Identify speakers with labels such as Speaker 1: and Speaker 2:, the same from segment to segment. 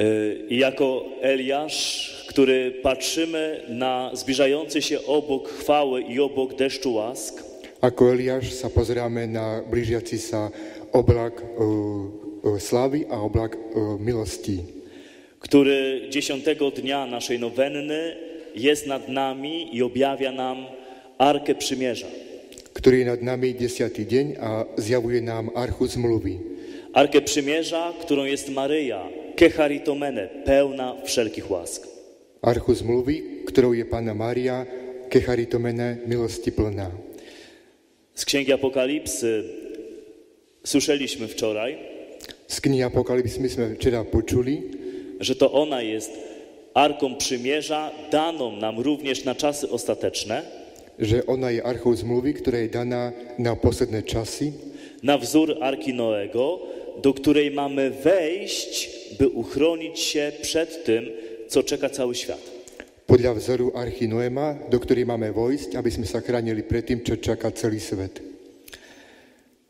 Speaker 1: Y, I jako Eliasz, który patrzymy na zbliżający się obok chwały i obok deszczu łask,
Speaker 2: Ako Eliáš sa pozeráme na blížiaci sa oblak e, e, slavy a oblak e, milosti,
Speaker 1: który dziesiątego dnia naszej nowenny jest nad nami i objawia nam Arkę Przymierza.
Speaker 2: ktorý je nad nami 10. deň a zjavuje nám archu zmluvy.
Speaker 1: Arkę Przymierza, którą jest Maryja, kecharitomene, pełna wszelkich łask.
Speaker 2: Archu zmluvy, ktorou je Pána Mária, kecharitomene, milosti plná.
Speaker 1: Z Księgi Apokalipsy słyszeliśmy wczoraj,
Speaker 2: Z knihy Apokalipsy sme včera počuli,
Speaker 1: że to ona jest Arką Przymierza, daną nam również na czasy ostateczne,
Speaker 2: že ona je archou zmluvy, ktorá je daná na posledné časy,
Speaker 1: na wzór Arki Noego, do której mamy wejść, by uchronić się przed tym, co czeka cały świat.
Speaker 2: podľa vzoru archy Noema, do ktorej máme vojsť, aby sme sa chránili pred tým, čo čaká celý svet.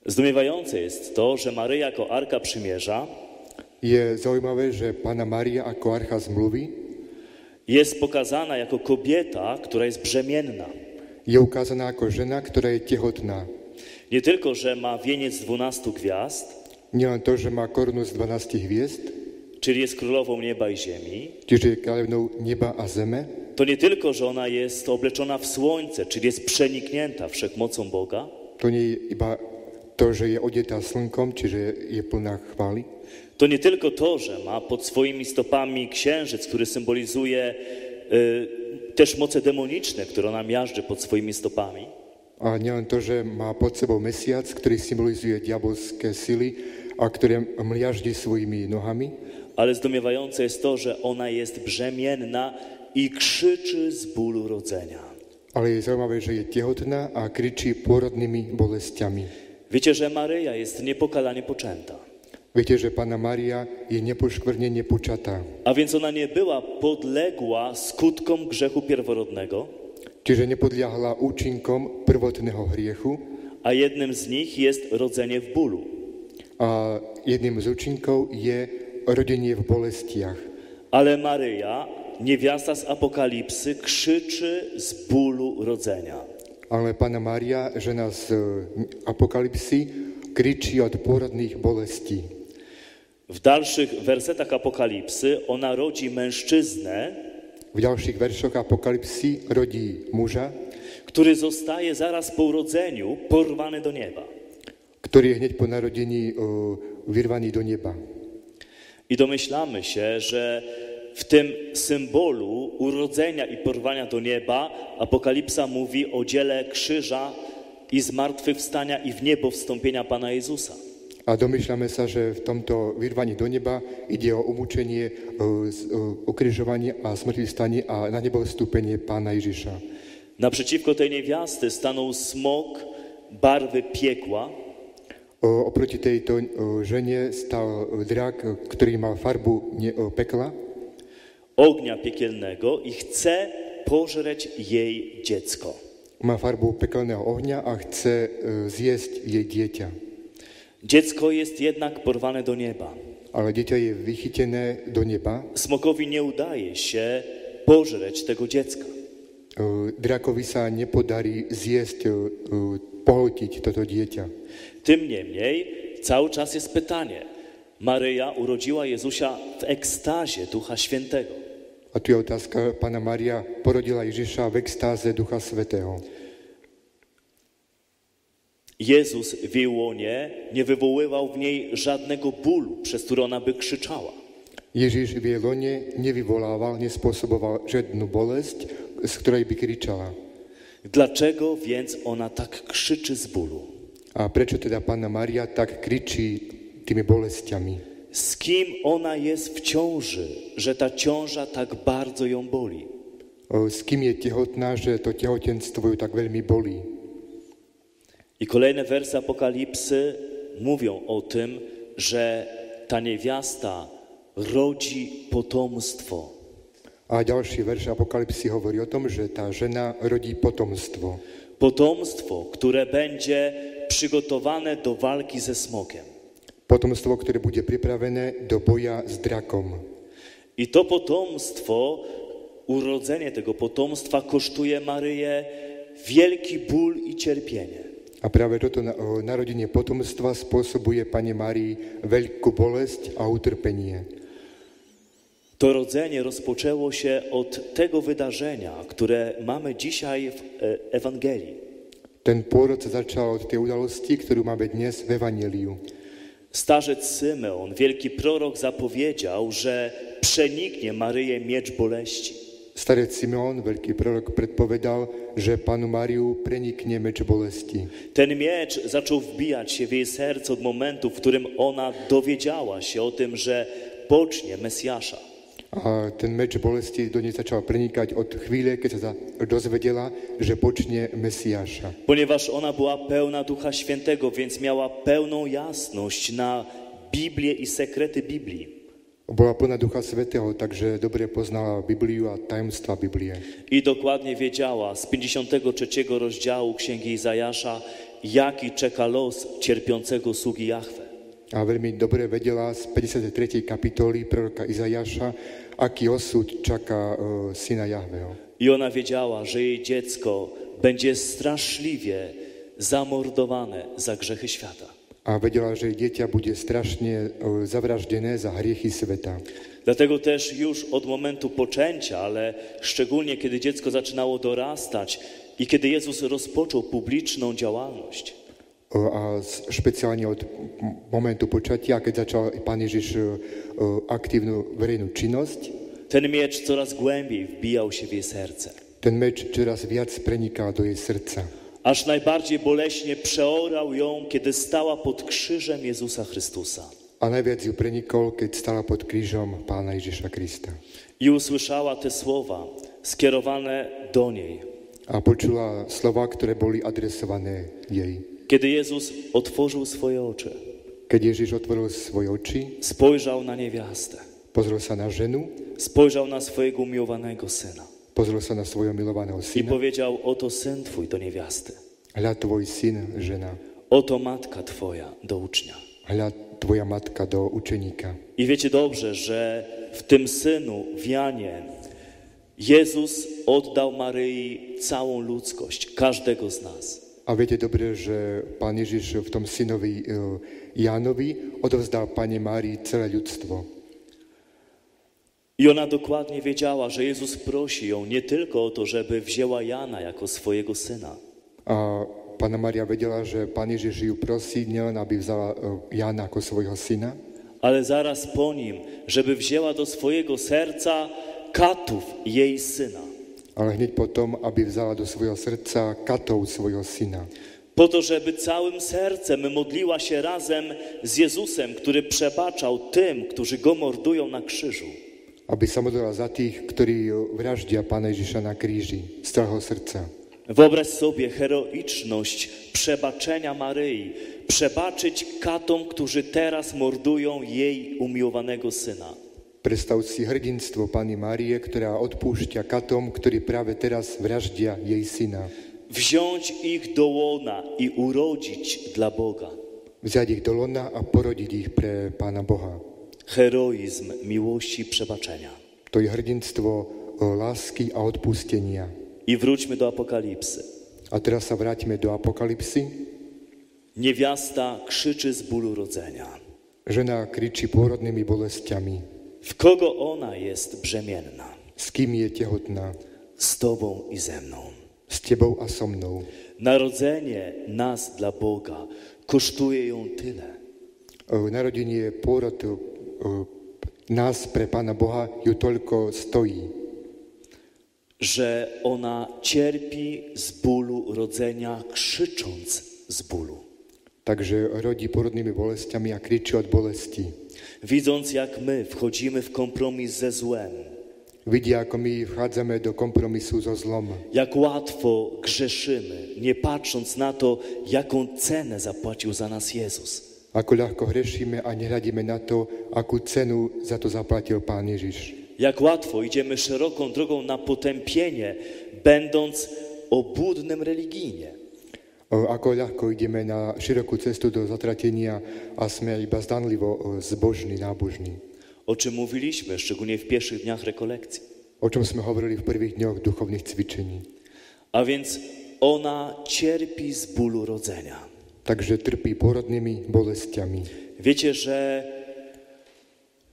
Speaker 1: Zdumiewające jest to, że Maryja jako Arka Przymierza
Speaker 2: Je zaujímavé, že Pána Mária ako archa zmluvy
Speaker 1: jest pokazana jako kobieta, która jest brzemienna.
Speaker 2: je ukázaná ako žena, ktorá je tehotná.
Speaker 1: Nie tylko, że ma wieniec 12 gwiazd,
Speaker 2: Nielen to, že má korunu z 12 hviezd,
Speaker 1: czyli jest królową nieba i ziemi,
Speaker 2: čiže je kráľovnou neba a zeme,
Speaker 1: to nie tylko, że ona jest obleczona w słońce, czyli jest przeniknięta wszechmocą Boga,
Speaker 2: to nie je iba to, že je odetá slnkom, čiže je plná chvály.
Speaker 1: to nie tylko to, że ma pod swoimi stopami księżyc, który symbolizuje y, też moce demoniczne, które ona miażdży pod swoimi stopami,
Speaker 2: A nielen to, že má pod sebou mesiac, ktorý symbolizuje diabolské sily a ktoré mliaždi svojimi nohami,
Speaker 1: ale zdumiewające jest to, że ona jest brzemienna i krzyczy z bólu rodzenia.
Speaker 2: ale je zaujímavé, že je tehotná a kričí pôrodnými bolestiami.
Speaker 1: Wiecie, że Maryja jest niepokalanie poczęta,
Speaker 2: Viete, že Pána Mária je nepoškvrne nepočatá.
Speaker 1: a więc ona nie była podległa skutkom grzechu pierworodnego,
Speaker 2: Čiže nepodliahla účinkom prvotného hriechu
Speaker 1: a jednym z nich jest rodzenie w bólu.
Speaker 2: a jedným z účinkov je rodenie v bolestiach.
Speaker 1: Ale Maryja, niewiasta z Apokalipsy, krzyczy z bólu rodzenia.
Speaker 2: Ale Pána Mária, žena z e, apokalipsy, kričí od pôrodných bolestí.
Speaker 1: W dalszych wersetach Apokalipsy ona rodzi mężczyznę,
Speaker 2: V ďalších veršoch apokalipsy rodí muža,
Speaker 1: który zostaje zaraz po urodzeniu porwany do nieba.
Speaker 2: ktorý je hneď po narodení e, vyrvaný do neba.
Speaker 1: I domyślamy się, że w tym symbolu urodzenia i porwania do nieba Apokalipsa mówi o dziele krzyża i zmartwychwstania i w niebo wstąpienia Pana Jezusa.
Speaker 2: A domýšľame sa, že v tomto vyrvaní do neba ide o umúčenie, e, z- e, ukrižovanie a smrti stanie a na nebo vstúpenie Pána Ježiša.
Speaker 1: Naprzeciwko tej niewiasty stanął smok barwy piekła,
Speaker 2: O, Oproti tejto o, žene stal o, drak, o, ktorý mal farbu ne- o, pekla
Speaker 1: ognia piekielnego i chce pożreć jej dziecko.
Speaker 2: má farbu pekelného ohňa a chce e, zjesť jej dieťa.
Speaker 1: Dziecko jest jednak porwane do nieba.
Speaker 2: Ale dieťa je vychytené do neba. E,
Speaker 1: Smokowi nie udaje się pożreć tego dziecka.
Speaker 2: E, Drakovi sa nepodarí zjesť, e, e, pohltiť toto dieťa.
Speaker 1: Tym niemniej cały czas jest pytanie. Maryja urodziła Jezusia w ekstazie Ducha Świętego.
Speaker 2: A tu je otázka, Pana Maria porodila Ježiša v extáze Ducha Svetého.
Speaker 1: Jezus w jej łonie nie wywoływał w niej żadnego bólu, przez który ona by krzyczała.
Speaker 2: Ježiš v jej lone nevyvolával, nespôsoboval žiadnu bolesť, z ktorej by kričala.
Speaker 1: Dlaczego więc ona tak krzyczy z bólu?
Speaker 2: A prečo teda Panna Maria tak kričí tými bolestiami?
Speaker 1: Z kim ona jest w ciąży, że ta ciąża tak bardzo ją boli?
Speaker 2: O, S kým je tehotná, że to tehotenstvo ju tak veľmi bolí?
Speaker 1: I kolejne wersy Apokalipsy mówią o tym, że ta niewiasta rodzi potomstwo.
Speaker 2: A ďalší verš Apokalipsy hovorí o tom, že tá žena rodí potomstvo.
Speaker 1: Potomstwo, które będzie przygotowane do walki ze smokiem.
Speaker 2: Potomstvo, ktoré bude pripravené do boja s drakom.
Speaker 1: I to potomstwo, urodzenie tego potomstwa kosztuje Maryję wielki ból i cierpienie.
Speaker 2: A práve toto na- o, narodenie potomstva spôsobuje Pane Márii veľkú bolesť a utrpenie.
Speaker 1: To rodzenie rozpoczęło się od tego wydarzenia, które mamy dzisiaj w e, Ewangelii.
Speaker 2: Ten pôrod sa začal od tej udalosti, ktorú máme dnes v Evangeliu.
Speaker 1: Starzec Symeon, wielki prorok, zapowiedział, że przeniknie Maryję miecz boleści.
Speaker 2: Starec Simeon, veľký prorok, predpovedal, že panu Máriu prenikne meč bolesti.
Speaker 1: Ten miecz zaczął wbijać się w jej serce od momentu, w którym ona dowiedziała się o tym, że pocznie Mesjasza.
Speaker 2: A ten meč bolesti do nej začal prenikať od chvíle, keď sa za- dozvedela, že počne Mesiáša.
Speaker 1: Ponieważ ona była pełna Ducha Świętego, więc miała pełną jasność na Biblię i sekrety Biblii.
Speaker 2: Bola plná Ducha Svetého, takže dobre poznala Bibliu a tajomstva Biblie.
Speaker 1: I dokładnie wiedziała z 53 rozdziału Księgi Izajasza, jaki czeka los cierpiącego sługi Jahwe.
Speaker 2: A veľmi dobre vedela z 53. kapitoly proroka Izajaša, aký osud čaká e, syna Jahveho.
Speaker 1: I ona wiedziała, że jej dziecko będzie straszliwie zamordowane za grzechy świata.
Speaker 2: A vedela, že jej dieťa bude strašne e, zavraždené za hriechy sveta.
Speaker 1: Dlatego też już od momentu poczęcia, ale szczególnie kiedy dziecko zaczynało dorastać i kiedy Jezus rozpoczął publiczną działalność,
Speaker 2: E, A s- špeciálne od m- momentu počatia, keď začal pán Ježiš e, e, aktívnu verejnú činnosť,
Speaker 1: ten miecz coraz głębiej wbijał się w jej serce.
Speaker 2: ten meč čoraz viac preniká do jej srdca.
Speaker 1: Aż najbardziej boleśnie przeorał ją, kiedy stała pod krzyżem Jezusa Chrystusa.
Speaker 2: A najviac ju prenikol, keď stala pod krížom pána Ježiša Krista.
Speaker 1: I usłyszała te słowa skierowane do niej.
Speaker 2: A počula slova, ktoré boli adresované jej.
Speaker 1: Kiedy Jezus otworzył swoje oczy,
Speaker 2: Keď Ježiš otvoril svoje oči,
Speaker 1: spojrzał na niewiastę,
Speaker 2: pozrel sa na ženu,
Speaker 1: spojrzał na swojego umiłowanego syna
Speaker 2: pozrel sa na svojho milovaného
Speaker 1: i
Speaker 2: syna.
Speaker 1: powiedział: Oto syn twój do niewiasty,
Speaker 2: Hľa tvoj syn, žena,
Speaker 1: oto matka twoja do ucznia.
Speaker 2: hľa tvoja matka do učeníka.
Speaker 1: I wiecie dobrze, że w tym synu, w Janie, Jezus oddał Maryi całą ludzkość, każdego z nas.
Speaker 2: A viete dobre, že pán Ježiš v tom synovi e, Jánovi odovzdal Pane Márii celé ľudstvo.
Speaker 1: I ona dokładnie wiedziała, że Jezus prosi ją nie tylko o to, żeby wzięła Jana jako swojego syna,
Speaker 2: A Pána Mária vedela, že Pán Ježiš ju prosí nielen, aby vzala e, Jána ako svojho syna,
Speaker 1: ale zaraz po nim, żeby wzięła do swojego serca katów jej syna.
Speaker 2: ale hneď potom, aby vzala do svojho srdca katov svojho syna.
Speaker 1: Po to, żeby całym sercem modliła się razem z Jezusem, który przebaczał tym, którzy go mordują na krzyżu.
Speaker 2: Aby sa modlila za tých, ktorí e, vraždia Pána Ježiša na kríži z celého srdca.
Speaker 1: Wyobraź sobie heroiczność przebaczenia Maryi, przebaczyć katom, którzy teraz mordują jej umiłowanego syna.
Speaker 2: Predstav si hrdinstvo Pany Márie, ktorá odpúšťa katom, ktorí práve teraz vraždia jej syna.
Speaker 1: wziąć ich do łona i urodzić dla Boga.
Speaker 2: Vziať ich do lona a porodiť ich pre Pána Boha.
Speaker 1: Heroizm miłości i przebaczenia.
Speaker 2: To je hrdinstvo e, lásky a odpustenia.
Speaker 1: I wróćmy do Apokalipsy.
Speaker 2: A teraz sa vráťme do apokalipsy.
Speaker 1: Niewiasta krzyczy z bólu rodzenia.
Speaker 2: Žena kričí pôrodnými bolestiami.
Speaker 1: W kogo ona jest brzemienna?
Speaker 2: S kým je tehotná?
Speaker 1: Z Tobą i ze mną.
Speaker 2: S tebou a so mnou. E,
Speaker 1: Narodzenie nas dla Boga kosztuje ją tyle.
Speaker 2: E, Narodenie, pôrod e, nás pre Pána Boha ju toľko stojí.
Speaker 1: że ona cierpi z bólu rodzenia, krzycząc z bólu.
Speaker 2: Takže rodí porodnými bolestiami a kričí od bolesti.
Speaker 1: Widząc, jak my wchodzimy w kompromis ze złem,
Speaker 2: Vidia, ako my vchádzame do kompromisu so zlom.
Speaker 1: Jak łatwo grzeszymy, nie patrząc na to, jaką cenę zapłacił za nas Jezus.
Speaker 2: Ako ľahko hrešíme a nehľadíme na to, akú cenu za to zaplatil Pán Ježiš.
Speaker 1: Jak łatwo idziemy szeroką drogą na potępienie, będąc obłudnym religijnie.
Speaker 2: O, Ako ľahko ideme na širokú cestu do zatratenia a sme iba zdanlivo o, zbožní, nábožní.
Speaker 1: o czym mówiliśmy, szczególnie w pierwszych dniach rekolekcji.
Speaker 2: o čom sme hovorili v prvých dňoch duchovných cvičení.
Speaker 1: A więc ona cierpi z bólu rodzenia.
Speaker 2: Takže trpí porodnými bolestiami.
Speaker 1: Wiecie, że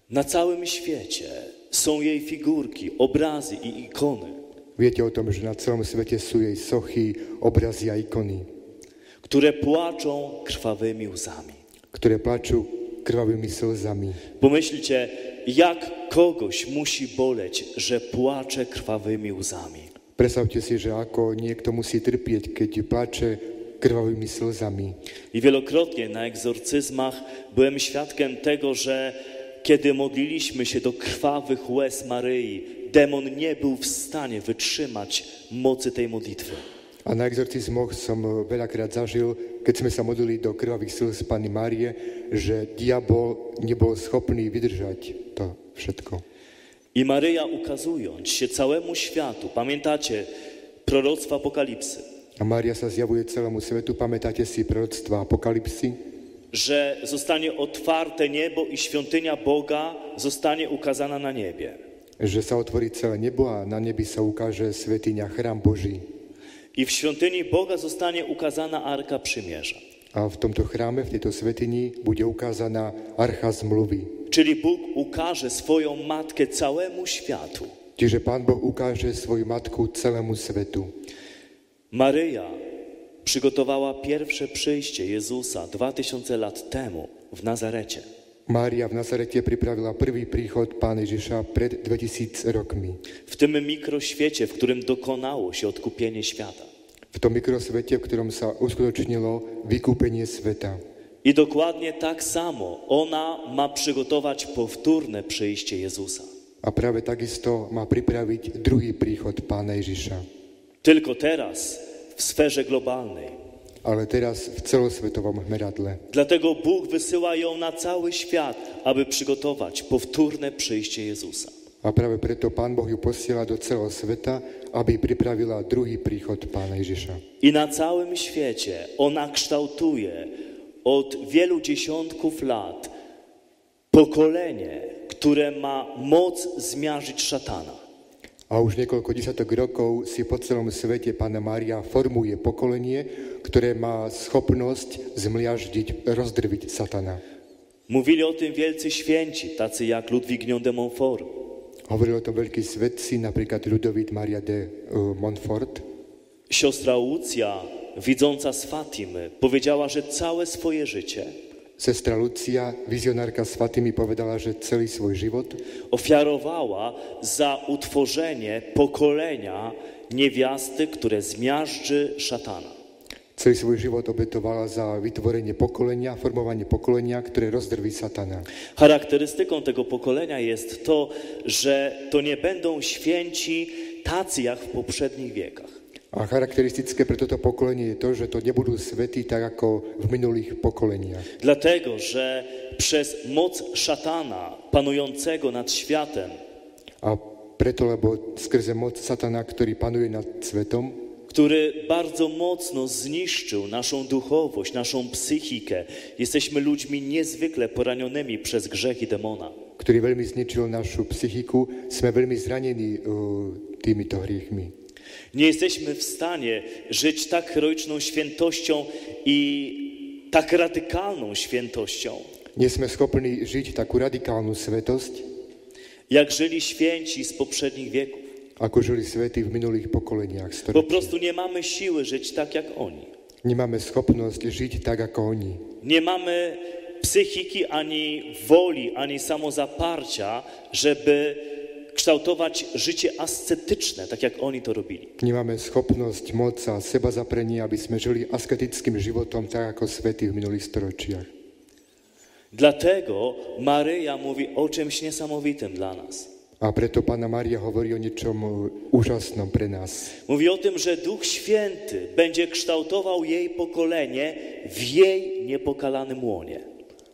Speaker 1: na całym świecie są jej figurki, obrazy i ikony,
Speaker 2: Viete o tom, že na celom svete sú jej sochy, obrazy a ikony,
Speaker 1: które płaczą krwawymi łzami.
Speaker 2: ktoré plačú krvavými slzami.
Speaker 1: Pomyślcie, jak kogoś musi boleć, że płacze krwawymi łzami.
Speaker 2: Predstavte si, že ako niekto musí trpieť, keď plače krvavými slzami.
Speaker 1: I wielokrotnie na egzorcyzmach byłem świadkiem tego, że kiedy modliliśmy się do krwawych łez Maryi, demon nie był w stanie wytrzymać mocy tej modlitwy.
Speaker 2: A na exorcizmoch som eh, veľakrát zažil, keď sme sa modlili do krvavých slz Pany Márie, že diabol nebol schopný vydržať to všetko.
Speaker 1: I Maryja ukazując się całemu światu, pamiętacie proroctwo Apokalipsy,
Speaker 2: A Mária sa zjavuje celému svetu. Pamätáte si proroctva Apokalipsy?
Speaker 1: że zostanie otwarte niebo i świątynia Boga zostanie ukazana na niebie.
Speaker 2: Že sa otvorí celé nebo a na nebi sa ukáže svetiňa chrám Boží.
Speaker 1: I w świątyni Boga zostanie ukazana Arka Przymierza.
Speaker 2: A v tomto chráme, v tejto svetini, bude ukázaná archa zmluvy.
Speaker 1: Czyli Bóg ukaże swoją matkę całemu światu.
Speaker 2: Čiže Pán Boh ukáže svoju matku celému svetu.
Speaker 1: Maryja przygotowała pierwsze przyjście Jezusa 2000 lat temu w Nazarecie.
Speaker 2: Mária v Nazarete pripravila prvý príchod Pána Ježiša pred 2000 rokmi.
Speaker 1: W tym mikroświecie, w którym dokonało się odkupienie świata.
Speaker 2: V tom mikrosvete, v ktorom sa uskutočnilo vykúpenie sveta.
Speaker 1: I dokładnie tak samo ona ma przygotować powtórne przyjście Jezusa.
Speaker 2: A práve takisto má pripraviť druhý príchod Pána Ježiša.
Speaker 1: Tylko teraz w sferze globalnej.
Speaker 2: Ale teraz v celosvetovom meradle.
Speaker 1: Dlatego Bóg wysyła ją na cały świat, aby przygotować powtórne przyjście Jezusa.
Speaker 2: A práve preto Pán Boh ju posiela do celého sveta, aby pripravila druhý príchod Pána Ježiša.
Speaker 1: I na całym świecie ona kształtuje od wielu dziesiątków lat pokolenie, które ma moc zmiażdżyć szatana.
Speaker 2: A už niekoľko desiatok rokov si po celom svete Pána Mária formuje pokolenie, ktoré má schopnosť zmliaždiť, rozdrviť satana.
Speaker 1: Mówili o tym wielcy święci, tacy jak Ludwignion de Montfort,
Speaker 2: Hovoril o tom veľkí svetci, napríklad Ludovít Maria de eh, Montfort.
Speaker 1: Siostra Łucja, widząca z Fatimy, powiedziała, że całe swoje życie
Speaker 2: Sestra Lucia, vizionárka s Fatými, povedala, že celý svoj život
Speaker 1: ofiarowała za utworzenie pokolenia niewiasty, które zmiażdży szatana.
Speaker 2: celý svoj život obetovala za vytvorenie pokolenia, formovanie pokolenia, ktoré rozdrví satana.
Speaker 1: Charakterystyką tego pokolenia jest to, że to nie będą święci tacy jak w poprzednich wiekach.
Speaker 2: A charakteristické pre toto pokolenie je to, že to nebudú svety tak ako v minulých pokoleniach.
Speaker 1: Dlatego, że przez moc szatana panującego nad światem,
Speaker 2: A preto, lebo skrze moc satana, ktorý panuje nad svetom,
Speaker 1: który bardzo mocno zniszczył naszą duchowość, naszą psychikę, jesteśmy ludźmi niezwykle poranionymi przez grzech i demona.
Speaker 2: ktorý veľmi zničil našu psychiku, sme veľmi zranení eh, týmito hriechmi.
Speaker 1: Nie jesteśmy w stanie żyć tak heroiczną świętością i tak radykalną świętością,
Speaker 2: Nie sme schopní žiť takú radikálnu svetosť,
Speaker 1: jak żyli święci z poprzednich wieków.
Speaker 2: ako žili svety v minulých pokoleniach.
Speaker 1: Po
Speaker 2: Storočí.
Speaker 1: prostu nie mamy siły żyć tak jak oni.
Speaker 2: Nemáme schopnosť žiť tak, ako oni.
Speaker 1: Nie mamy psychiki ani woli, ani samozaparcia, żeby kształtować życie ascetyczne, tak jak oni to robili.
Speaker 2: Nemáme schopnosť moc a seba zaprenia, aby sme žili asketickým životom, tak ako svety v minulých storočiach.
Speaker 1: Dlatego Maryja mówi o czymś niesamowitym dla nas.
Speaker 2: A preto Pána Mária hovorí o niečom eh, úžasnom pre nás.
Speaker 1: Mówi o tym, że Duch Święty będzie kształtował jej pokolenie w jej niepokalanym łonie.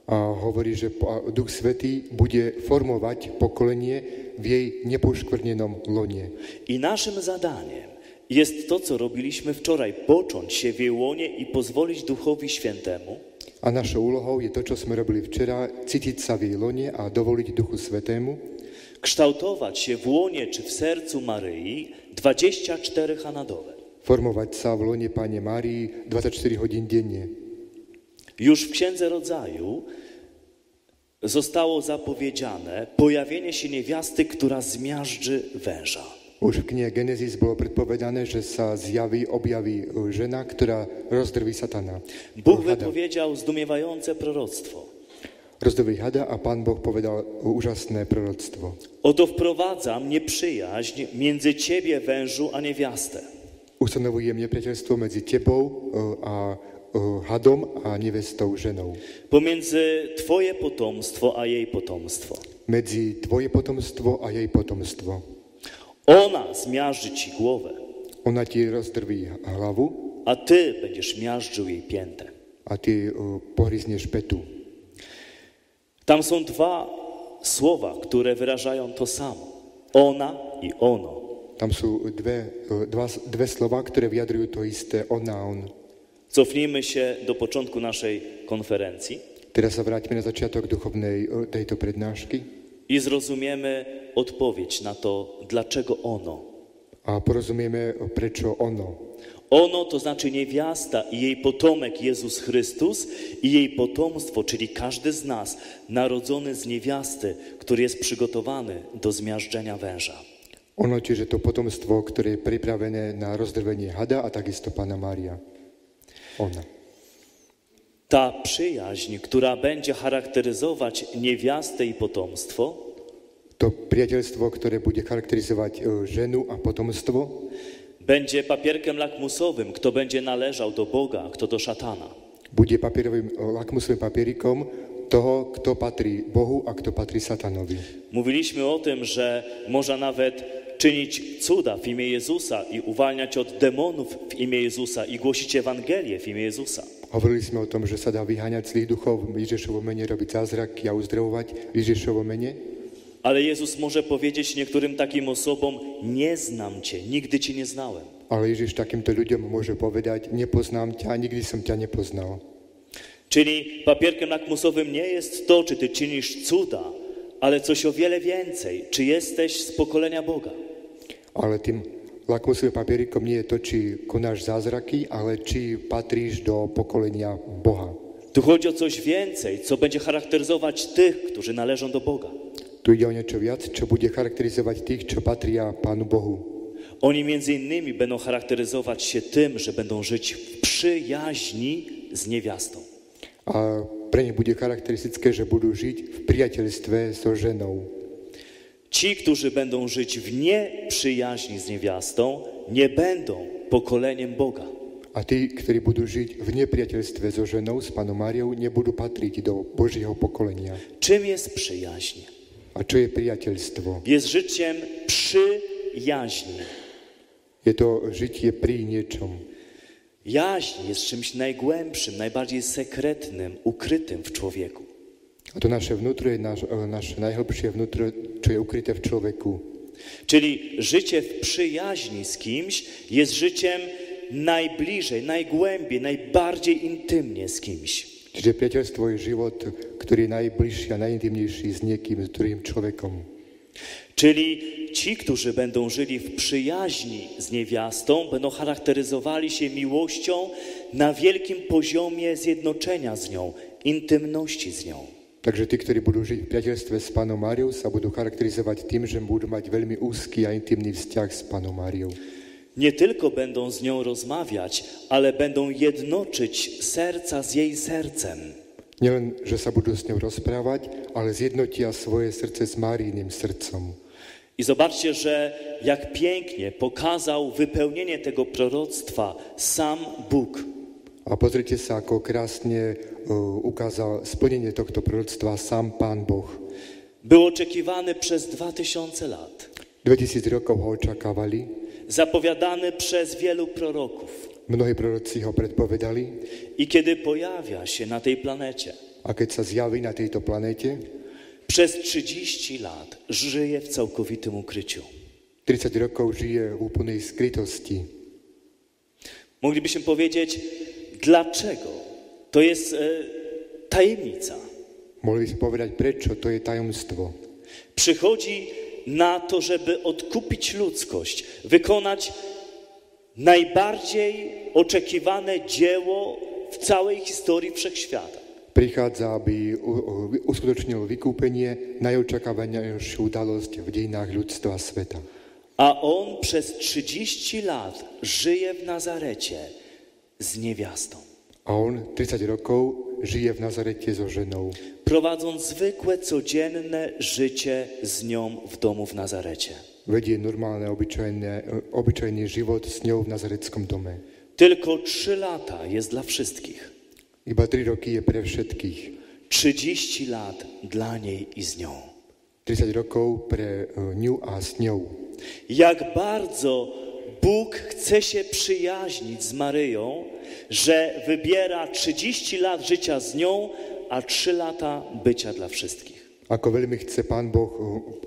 Speaker 2: A hovorí, že po- a Duch Svetý bude formovať pokolenie v jej nepoškvrnenom lone.
Speaker 1: I naszym zadaniem jest to, co robiliśmy wczoraj, począć się w jej łonie i pozwolić Duchowi Świętemu
Speaker 2: A našou úlohou je to, čo sme robili včera, cítiť sa v jej lone a dovoliť Duchu Svetému,
Speaker 1: kształtować się w łonie czy w sercu Maryi 24 hanadowe.
Speaker 2: formovať sa v lone Pane Márii 24 hodín denne.
Speaker 1: Już w Księdze Rodzaju zostało zapowiedziane pojawienie się niewiasty, która zmiażdży węża.
Speaker 2: Už v knihe Genesis bolo predpovedané, že sa zjaví, objaví e, žena, ktorá rozdrví satana.
Speaker 1: Bóg
Speaker 2: Hada.
Speaker 1: wypowiedział zdumiewające proroctwo.
Speaker 2: Rozdrví hada a pán Boh povedal úžasné proroctvo.
Speaker 1: Oto wprowadzam nieprzyjaźń między ciebie, wężu, a niewiastę.
Speaker 2: Ustanovujem nepriateľstvo medzi tebou e, a e, hadom a nevestou ženou.
Speaker 1: Pomiędzy twoje potomstwo, a jej potomstwo.
Speaker 2: Medzi tvoje potomstvo a jej potomstvo.
Speaker 1: Ona zmiażdży ci głowę,
Speaker 2: Ona ti rozdrví hlavu
Speaker 1: a ty będziesz miażdżył jej piętę.
Speaker 2: a ty e, pohryzneš petu.
Speaker 1: Tam są dwa słowa, które wyrażają to samo. Ona i ono.
Speaker 2: Tam sú dve, e, dva, dve slova, ktoré vyjadrujú to isté, on a on.
Speaker 1: Cofnijmy się do początku naszej konferencji
Speaker 2: Teraz sa vráťme na začiatok duchovnej e, tejto prednášky
Speaker 1: i zrozumiemy odpowiedź na to, dlaczego ono.
Speaker 2: a porozumieme, e, prečo ono.
Speaker 1: Ono to znaczy niewiasta i jej potomek Jezus Chrystus i jej potomstwo, czyli każdy z nas narodzony z niewiasty, który jest przygotowany do zmiażdżenia węża.
Speaker 2: Ono čiže to potomstvo, ktoré je pripravené na rozdrvenie hada a takisto Pána Mária. Ona.
Speaker 1: Ta przyjaźń, która będzie charakteryzować niewiastę i potomstwo,
Speaker 2: To priateľstvo, ktoré bude charakterizovať e, ženu a potomstvo,
Speaker 1: Będzie papierkiem lakmusowym, kto będzie należał do Boga, kto do szatana.
Speaker 2: bude papierovým e, lakmusovým papierikom toho, kto patrí Bohu a kto patrí Satanovi.
Speaker 1: Mówiliśmy o tym, że można nawet czynić cuda w imię Jezusa i uwalniać od demonów w imię Jezusa i głosić Ewangelię w imię Jezusa.
Speaker 2: Hovorili sme o tom, že sa dá vyháňať zlých duchov v Ježišovom mene, robiť zázraky a uzdravovať v Ježišovom mene,
Speaker 1: Ale Jezus może powiedzieć niektórym takim osobom: Nie znam cię, nigdy cię nie znałem.
Speaker 2: ale Ježiš takýmto ľuďom môže povedať, nepoznám ťa, nikdy som ťa nepoznal.
Speaker 1: Czyli papierkiem lakmusowym nie jest to, czy ty czynisz cuda, ale coś o wiele więcej, czy jesteś z pokolenia Boga.
Speaker 2: Ale tým lakmusovým papierikom nie je to, či konáš zázraky, ale či patríš do pokolenia Boha.
Speaker 1: Tu chodzi o coś więcej, co będzie charakteryzować tych, którzy należą do Boga.
Speaker 2: Tu ide o niečo viac, čo bude charakterizovať tých, čo patria Pánu Bohu.
Speaker 1: Oni między innymi będą charakteryzować się tym, że będą żyć w przyjaźni z niewiastą.
Speaker 2: A pre nich bude charakteristické, že budú žiť v priateľstve so ženou.
Speaker 1: Ci, którzy będą żyć w nieprzyjaźni z niewiastą, nie będą pokoleniem Boga.
Speaker 2: A tí, ktorí budú žiť v nepriateľstve so ženou, s Pánom Máriou, nebudú patriť do Božieho pokolenia.
Speaker 1: Czym jest przyjaźń?
Speaker 2: A čo je priateľstvo?
Speaker 1: Jest życiem przyjaźni.
Speaker 2: Je to žitie pri niečom.
Speaker 1: Jaźń jest czymś najgłębszym, najbardziej sekretnym, ukrytym w człowieku.
Speaker 2: A to naše vnútro je naš, e, naše najhlbšie vnútro, čo je ukryté v človeku.
Speaker 1: Czyli życie w przyjaźni z kimś jest życiem najbliżej, najgłębiej, najbardziej intymnie z kimś.
Speaker 2: Čiže priateľstvo je život, ktorý je najbližší a najintimnejší s niekým, s druhým človekom.
Speaker 1: Czyli ci, którzy będą żyli w przyjaźni z niewiastą, będą charakteryzowali się miłością na wielkim poziomie zjednoczenia z nią, intymności z nią.
Speaker 2: Takže tí, ktorí budú žiť v priateľstve s Pánom Máriou, sa budú charakterizovať tým, že budú mať veľmi úzky a intimný vzťah s Pánom Máriou.
Speaker 1: Nie tylko będą z nią rozmawiać, ale będą jednoczyć serca z jej sercem.
Speaker 2: Nielen, že sa budú s ňou rozprávať, ale zjednotia svoje srdce s Márijným srdcom.
Speaker 1: I zobaczcie, że jak pięknie pokazał wypełnienie tego proroctwa sam Bóg.
Speaker 2: A pozrite sa, ako krásne e, ukázal splnenie tohto proroctva sám Pán Boh.
Speaker 1: Był oczekiwany przez 2000 lat,
Speaker 2: 2000 rokov ho očakávali,
Speaker 1: zapowiadany przez wielu proroków.
Speaker 2: mnohí proroci ho predpovedali
Speaker 1: I kiedy pojawia się na tej planecie,
Speaker 2: a keď sa zjaví na tejto planéte,
Speaker 1: przez 30 lat żyje w całkowitym ukryciu.
Speaker 2: 30 rokov žije v úplnej skrytosti.
Speaker 1: Moglibyśmy powiedzieć, dlaczego To jest e, tajemnica.
Speaker 2: Mohli by sme povedať, prečo to je tajomstvo.
Speaker 1: Przychodzi na to, żeby odkupić ludzkość, wykonać najbardziej oczekiwane dzieło w całej historii wszechświata.
Speaker 2: Prichádza, aby u- u- uskutočnil vykúpenie, najočakávanejšiu udalosť v dejinách ľudstva a sveta.
Speaker 1: A on przez 30 lat żyje w Nazarecie z niewiastą,
Speaker 2: A on 30 rokov žije v Nazarete so ženou.
Speaker 1: prowadząc zwykłe, codzienne życie z nią w domu w Nazarecie.
Speaker 2: Vedie normálne, obyčajné, obyčajný život s ňou v Nazareckom dome.
Speaker 1: Tylko 3 lata jest dla wszystkich.
Speaker 2: Iba 3 roky je pre všetkých.
Speaker 1: 30 lat dla niej i z nią.
Speaker 2: 30 rokov pre e, ňu a s ňou.
Speaker 1: Jak bardzo Bóg chce się przyjaźnić z Maryją, że wybiera 30 lat życia z nią, a 3 lata bycia dla wszystkich.
Speaker 2: Ako veľmi chce Pán Boh e,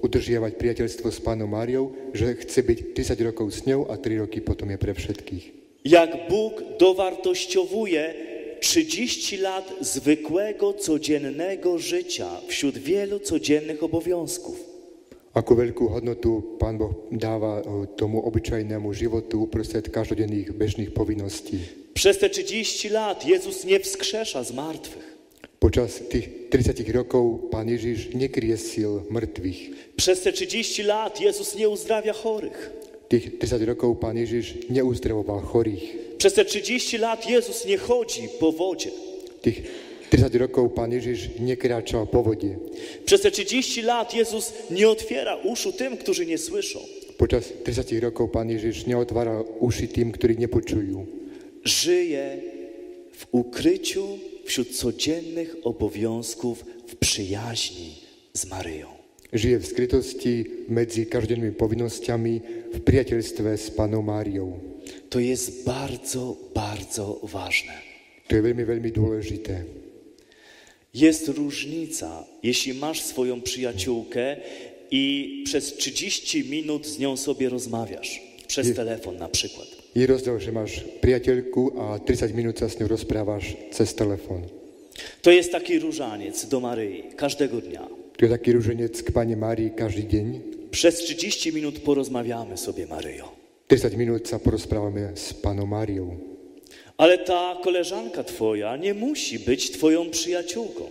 Speaker 2: udržiavať priateľstvo s Pánom Máriou, že chce byť 30 rokov s ňou a 3 roky potom je pre všetkých.
Speaker 1: Jak Bóg dowartościowuje 30 lat zwykłego, codziennego życia wśród wielu codziennych obowiązków.
Speaker 2: Akú veľkú hodnotu Pán Boh dáva e, tomu obyčajnému životu uprostred každodenných bežných povinností.
Speaker 1: Przez te 30 lat Jezus nie wskrzesza z martwych.
Speaker 2: Počas tých 30 rokov Pán Ježiš nekriesil mŕtvych.
Speaker 1: Przez te 30 lat Jezus nie uzdrawia chorych.
Speaker 2: Tých 30 rokov Pán Ježiš neuzdravoval chorých.
Speaker 1: Przez te 30 lat Jezus nie chodzi po wodzie.
Speaker 2: Tých 30 rokov pán Ježiš nekráčal po vode.
Speaker 1: Przez te 30 lat Jezus nie otwiera uszu tym, którzy nie słyszą.
Speaker 2: Počas 30 rokov pán Ježiš neotváral uši tým, ktorí nepočujú.
Speaker 1: Żyje w ukryciu wśród codziennych obowiązków w przyjaźni z Maryją.
Speaker 2: Žije v skrytosti medzi každennými povinnosťami v priateľstve s pánom Máriou.
Speaker 1: To jest bardzo, bardzo ważne.
Speaker 2: To je veľmi, veľmi dôležité.
Speaker 1: Jest różnica, jeśli masz swoją przyjaciółkę i przez 30 minut z nią sobie rozmawiasz. Przez telefon na przykład.
Speaker 2: Je rozdiel, že máš priateľku a 30 minút sa s ňou rozprávaš cez telefón.
Speaker 1: To jest taki różaniec do Maryi każdego dnia.
Speaker 2: To je taký ruženec k pani Márii každý deň.
Speaker 1: Przez 30 minut porozmawiamy sobie, Maryjo.
Speaker 2: 30 minút sa porozprávame s pánom Máriou.
Speaker 1: Ale ta koleżanka twoja nie musi być twoją przyjaciółką.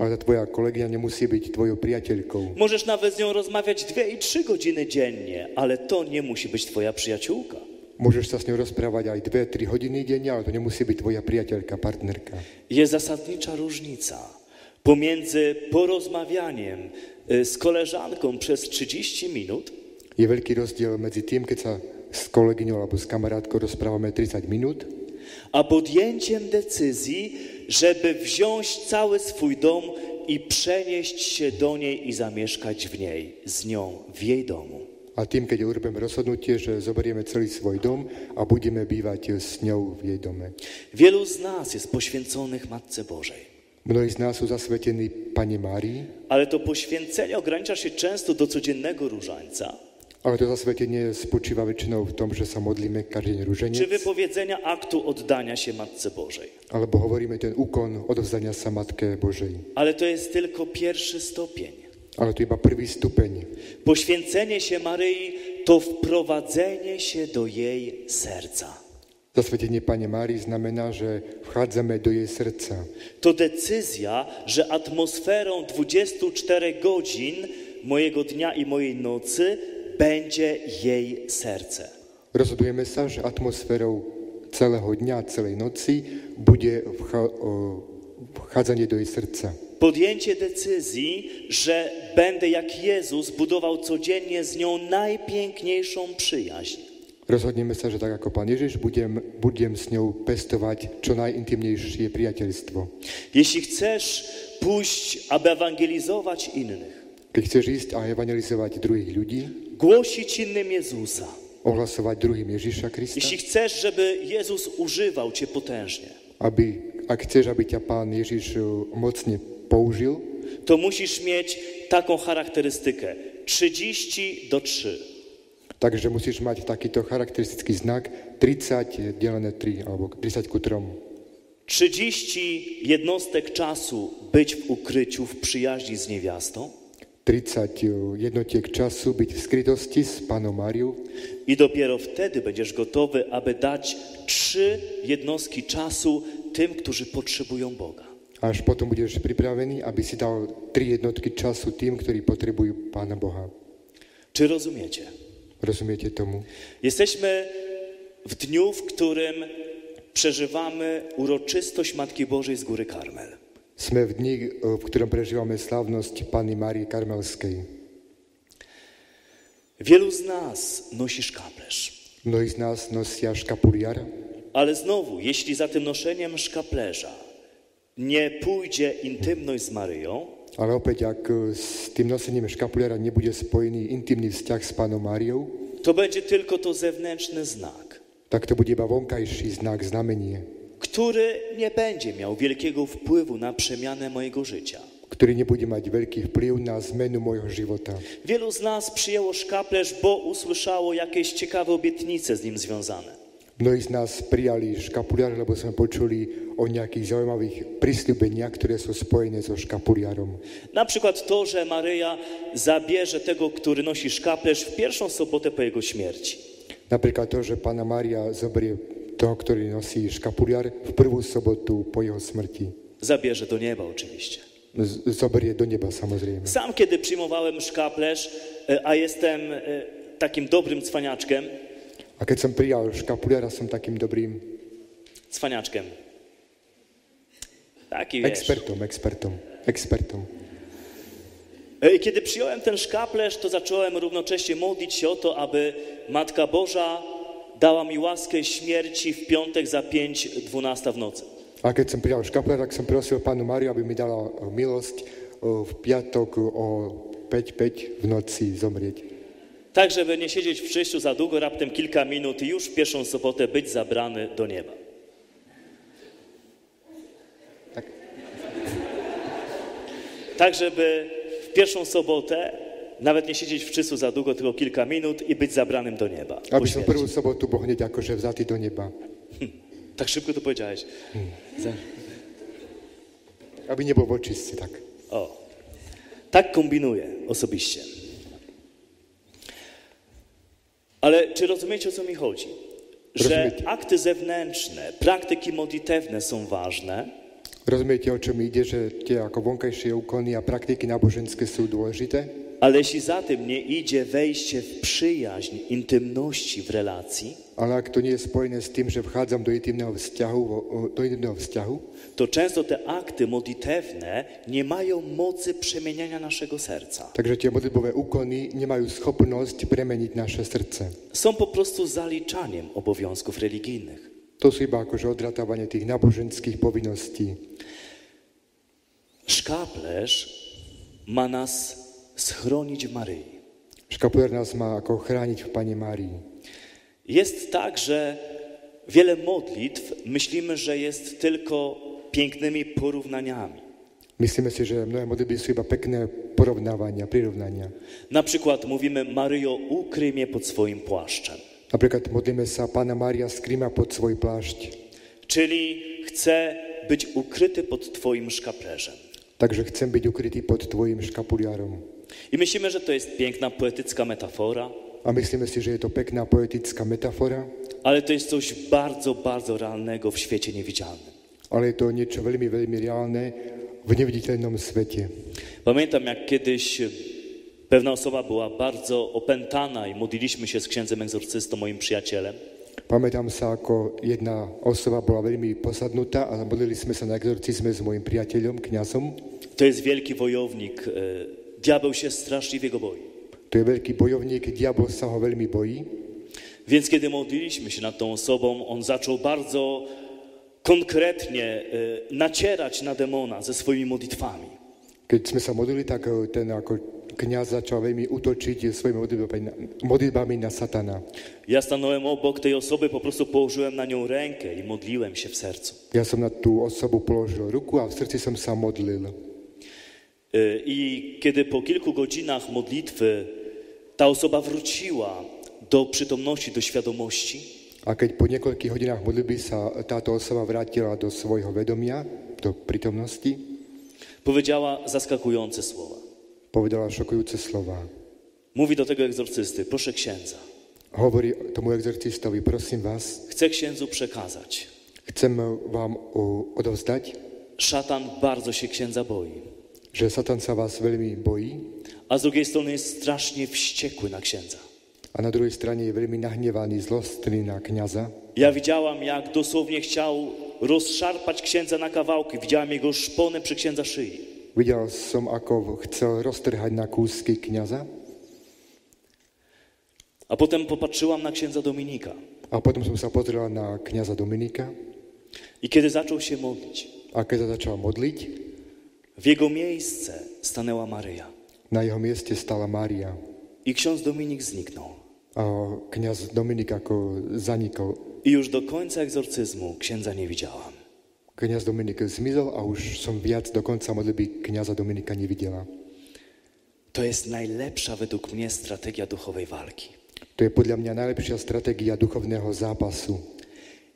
Speaker 2: Ale tá tvoja kolegyňa nemusí byť tvojou priateľkou.
Speaker 1: Możesz nawet z nią rozmawiać dwie i trzy godziny dziennie, ale to nie musi być twoja przyjaciółka.
Speaker 2: Môžeš sa s ňou rozprávať aj 2-3 hodiny denne, ale to nemusí byť tvoja priateľka, partnerka.
Speaker 1: Jest zasadnicza różnica pomiędzy porozmawianiem y, z koleżanką przez 30 minut,
Speaker 2: Je veľký rozdiel medzi tým, keď sa s kolegyňou alebo s kamarátkou rozprávame 30 minút
Speaker 1: a podjęciem decyzji, żeby wziąć cały swój dom i przenieść się do niej i zamieszkać w niej, z nią, w jej domu.
Speaker 2: a tým, keď urobíme rozhodnutie, že zoberieme celý svoj dom a budeme bývať s ňou v jej dome.
Speaker 1: Wielu z nas jest poświęconych Matce Bożej,
Speaker 2: Mnohí z nás sú zasvetení Pane Márii,
Speaker 1: ale to poświęcenie ogranicza się często do codziennego różańca
Speaker 2: ale to zasvetenie spočíva väčšinou v tom, že sa modlíme každý deň
Speaker 1: czy
Speaker 2: ruženec,
Speaker 1: wypowiedzenia aktu oddania się Matce Bożej.
Speaker 2: alebo hovoríme ten úkon odovzdania sa Matke Božej.
Speaker 1: Ale to jest tylko pierwszy stopień.
Speaker 2: Ale to je iba prvý stupeň.
Speaker 1: Poświęcenie się Maryi to wprowadzenie się do jej serca.
Speaker 2: Zasvetenie Pane Márii znamená, že vchádzame do jej srdca.
Speaker 1: To decyzja, że atmosferą 24 godzin mojego dnia i mojej nocy będzie jej serce.
Speaker 2: Rozhodujeme sa, že atmosférou celého dňa, celej noci bude vcha- o, vchádzanie do jej srdca.
Speaker 1: Podjęcie decyzji, że będę jak Jezus budował codziennie z nią najpiękniejszą przyjaźń.
Speaker 2: Rozhodneme sa, že tak ako Pán Ježiš, budem, budem s ňou pestovať čo najintimnejšie priateľstvo.
Speaker 1: Jeśli chcesz pójść, aby ewangelizować innych,
Speaker 2: Keď chceš ísť a evangelizovať druhých ľudí,
Speaker 1: głosić innym Jezusa,
Speaker 2: ohlasovať druhým Ježiša
Speaker 1: jeśli
Speaker 2: Krista,
Speaker 1: chcesz, żeby Jezus używał cię potężnie,
Speaker 2: aby, ak chceš, aby ťa Pán Ježiš e, mocne použil,
Speaker 1: to musisz mieć taką charakterystykę 30 do 3.
Speaker 2: Takže musíš mať takýto charakteristický znak 30 delené 3, alebo 30 ku 3.
Speaker 1: 30 jednostek czasu być w ukryciu, w przyjaźni z niewiastą
Speaker 2: 30 e, jednotiek času byť v skrytosti s Pánom Máriou
Speaker 1: i dopiero wtedy będziesz gotowy, aby dać trzy jednostki czasu tym, którzy potrzebują Boga.
Speaker 2: Až potom budeš pripravený, aby si dal tri jednotky času tým, ktorí potrebujú Pána Boha.
Speaker 1: Czy rozumiecie?
Speaker 2: Rozumiete tomu?
Speaker 1: Jesteśmy w dniu, w którym przeżywamy uroczystość Matki Bożej z Góry Karmel.
Speaker 2: Sme v dni, e, v ktorom prežívame slavnosť Panny Márie Karmelskej.
Speaker 1: Wielu z nas nosi szkaplerz.
Speaker 2: Mnohí z nás nosia škapuliar,
Speaker 1: Ale znowu, jeśli za tym noszeniem szkaplerza nie pójdzie intymność z Maryją,
Speaker 2: ale opäť, ak eh, s tým nosením škapuliara nebude spojený intimný vzťah s Pánom Máriou,
Speaker 1: to będzie tylko to zewnętrzny znak,
Speaker 2: tak to bude iba vonkajší znak, znamenie,
Speaker 1: który nie będzie miał wielkiego wpływu na przemianę mojego życia.
Speaker 2: ktorý nebude mať veľký vplyv na zmenu môjho života.
Speaker 1: Wielu z nas przyjęło szkaplerz, bo usłyszało jakieś ciekawe obietnice z nim związane.
Speaker 2: Mnohí z nás prijali škapuliar, lebo sme počuli o nejakých zaujímavých prísľubeniach, ktoré sú spojené so škapuliarom.
Speaker 1: Na przykład to, że Maryja zabierze tego, który nosi szkaplerz w pierwszą sobotę po jego śmierci.
Speaker 2: Napríklad to, že Pána Mária zoberie toho, ktorý nosí škapuliar v prvú sobotu po jeho smrti.
Speaker 1: Zabierze do nieba oczywiście.
Speaker 2: Z- Zoberie do neba samozrejme.
Speaker 1: Sam kiedy przyjmowałem szkaplerz, e, a jestem e, takim dobrym cwaniaczkiem,
Speaker 2: A keď som prijal škapuliara, som takým dobrým
Speaker 1: cwaniaczkiem. Taki wiesz.
Speaker 2: expertom, expertom, expertom.
Speaker 1: E, Kiedy przyjąłem ten szkaplerz, to zacząłem równocześnie modlić się o to, aby Matka Boża dała mi łaskę śmierci w piątek za 5.12 w nocy.
Speaker 2: A keď som prijal škapuliara, tak som prosil Pánu Máriu, aby mi dala eh, milosť eh, v piatok o 5.5 v noci zomrieť.
Speaker 1: Tak, żeby nie siedzieć w przyjściu za długo, raptem kilka minut i już w pierwszą sobotę być zabrany do nieba.
Speaker 2: Tak.
Speaker 1: Tak, żeby w pierwszą sobotę nawet nie siedzieć w przyjściu za długo, tylko kilka minut i być zabranym do nieba. po
Speaker 2: Aby som
Speaker 1: śmierci.
Speaker 2: prvú sobotu bol hneď akože vzatý do neba.
Speaker 1: Tak szybko to powiedziałeś.
Speaker 2: Aby nebol vočistý tak.
Speaker 1: O, tak kombinuję osobiście. Ale czy rozumiecie, o co mi chodzi? Że
Speaker 2: Rozumiecie.
Speaker 1: akty zewnętrzne, praktyki modlitewne są ważne,
Speaker 2: Rozumiete, o čo mi ide, že tie ako vonkajšie úkony a praktiky náboženské sú dôležité?
Speaker 1: ale jeśli za tym nie idzie wejście w przyjaźń, intymności w relacji,
Speaker 2: Ale ak to nie je spojené s tým, že vchádzam do intimného vzťahu, vo- o- do intimného vzťahu
Speaker 1: to często te akty modlitewne nie mają mocy przemieniania naszego serca.
Speaker 2: takže tie modlitbové úkony nemajú schopnosť premeniť naše srdce.
Speaker 1: Są po prostu zaliczaniem obowiązków religijnych.
Speaker 2: To sú iba akože odratávanie tých náboženských povinností.
Speaker 1: Szkaplerz ma nas schronić w Maryi.
Speaker 2: Škapuler nás má ako chrániť v Pane Márii.
Speaker 1: Jest tak, że wiele modlitw myślimy, że jest tylko pięknymi porównaniami.
Speaker 2: Myslíme si, že mnohé modlitby sú iba pekné porovnávania, prirovnania.
Speaker 1: Na przykład mówimy: Maryjo, ukryj mnie pod swoim płaszczem.
Speaker 2: Napríklad modlíme sa Pána Mária skrýma pod svoj plášť,
Speaker 1: Czyli chcę być ukryty pod Twoim szkaplerzem.
Speaker 2: takže chcem byť ukrytý pod tvojim škapuliarom.
Speaker 1: I myślimy, że to jest piękna poetycka metafora,
Speaker 2: A myslíme si, že je to pekná poetická metafora,
Speaker 1: ale to jest coś bardzo, bardzo realnego w świecie niewidzialnym.
Speaker 2: ale je to niečo veľmi, veľmi reálne v neviditeľnom svete.
Speaker 1: Pamiętam, jak kiedyś pewna osoba była bardzo opętana i modliliśmy się z księdzem egzorcystą, moim przyjacielem.
Speaker 2: Pamätám sa, ako jedna osoba bola veľmi posadnutá a modlili sme sa na exorcizme s môjim priateľom, kňazom.
Speaker 1: To jest wielki wojownik. e, Diabeł się straszliwie go boi.
Speaker 2: To je veľký bojovník, diabol sa ho veľmi bojí.
Speaker 1: Więc kiedy modliliśmy się nad tą osobą, on zaczął bardzo konkretnie e, nacierać na demona ze swoimi modlitwami.
Speaker 2: Keď sme sa modlili, tak eh, ten ako kniaz začal veľmi útočiť svojimi modlitbami na, modlitbami na satana.
Speaker 1: Ja stanąłem obok tej osoby, po prostu położyłem na nią rękę i modliłem się w sercu.
Speaker 2: Ja som na tú osobu položil ruku a v srdci som sa modlil.
Speaker 1: E, I kiedy po kilku godzinach modlitwy ta osoba wróciła do przytomności, do świadomości,
Speaker 2: A keď po niekoľkých hodinách modlitby sa táto osoba vrátila do svojho vedomia, do prítomnosti,
Speaker 1: Powiedziała zaskakujące słowa.
Speaker 2: povedala šokujúce slova.
Speaker 1: Mówi do tego egzorcysty, proszę księdza,
Speaker 2: Hovorí tomu exorcistovi, prosím vás,
Speaker 1: chcę księdzu przekazać.
Speaker 2: chcem vám o, odovzdať,
Speaker 1: Szatan bardzo się księdza boi,
Speaker 2: že Satan sa vás veľmi bojí
Speaker 1: a z drugiej strony jest strasznie wściekły na księdza.
Speaker 2: a na druhej strane je veľmi nahnevaný, zlostný na kniaza.
Speaker 1: Ja widziałam, jak dosłownie chciał rozszarpać księdza na kawałki. Widziałam jego szponę przy księdza szyi.
Speaker 2: Videl som, ako chcel roztrhať na kúsky kniaza
Speaker 1: A potem popatrzyłam na księdza Dominika.
Speaker 2: a potom som sa pozrel na kniaza Dominika
Speaker 1: I kiedy zaczął się modlić,
Speaker 2: a keď sa začal modliť,
Speaker 1: w jego miejsce stanęła Maryja.
Speaker 2: na jeho mieste stala Mária
Speaker 1: I ksiądz Dominik zniknął.
Speaker 2: a kniaz Dominik ako zanikol
Speaker 1: I już do końca egzorcyzmu księdza nie widziałam.
Speaker 2: Kniaz Dominik zmizol a už som viac do konca modlitby kniaza Dominika nevidela.
Speaker 1: To jest najlepsza według mnie strategia duchowej walki.
Speaker 2: To je podľa mňa najlepšia stratégia duchovného zápasu.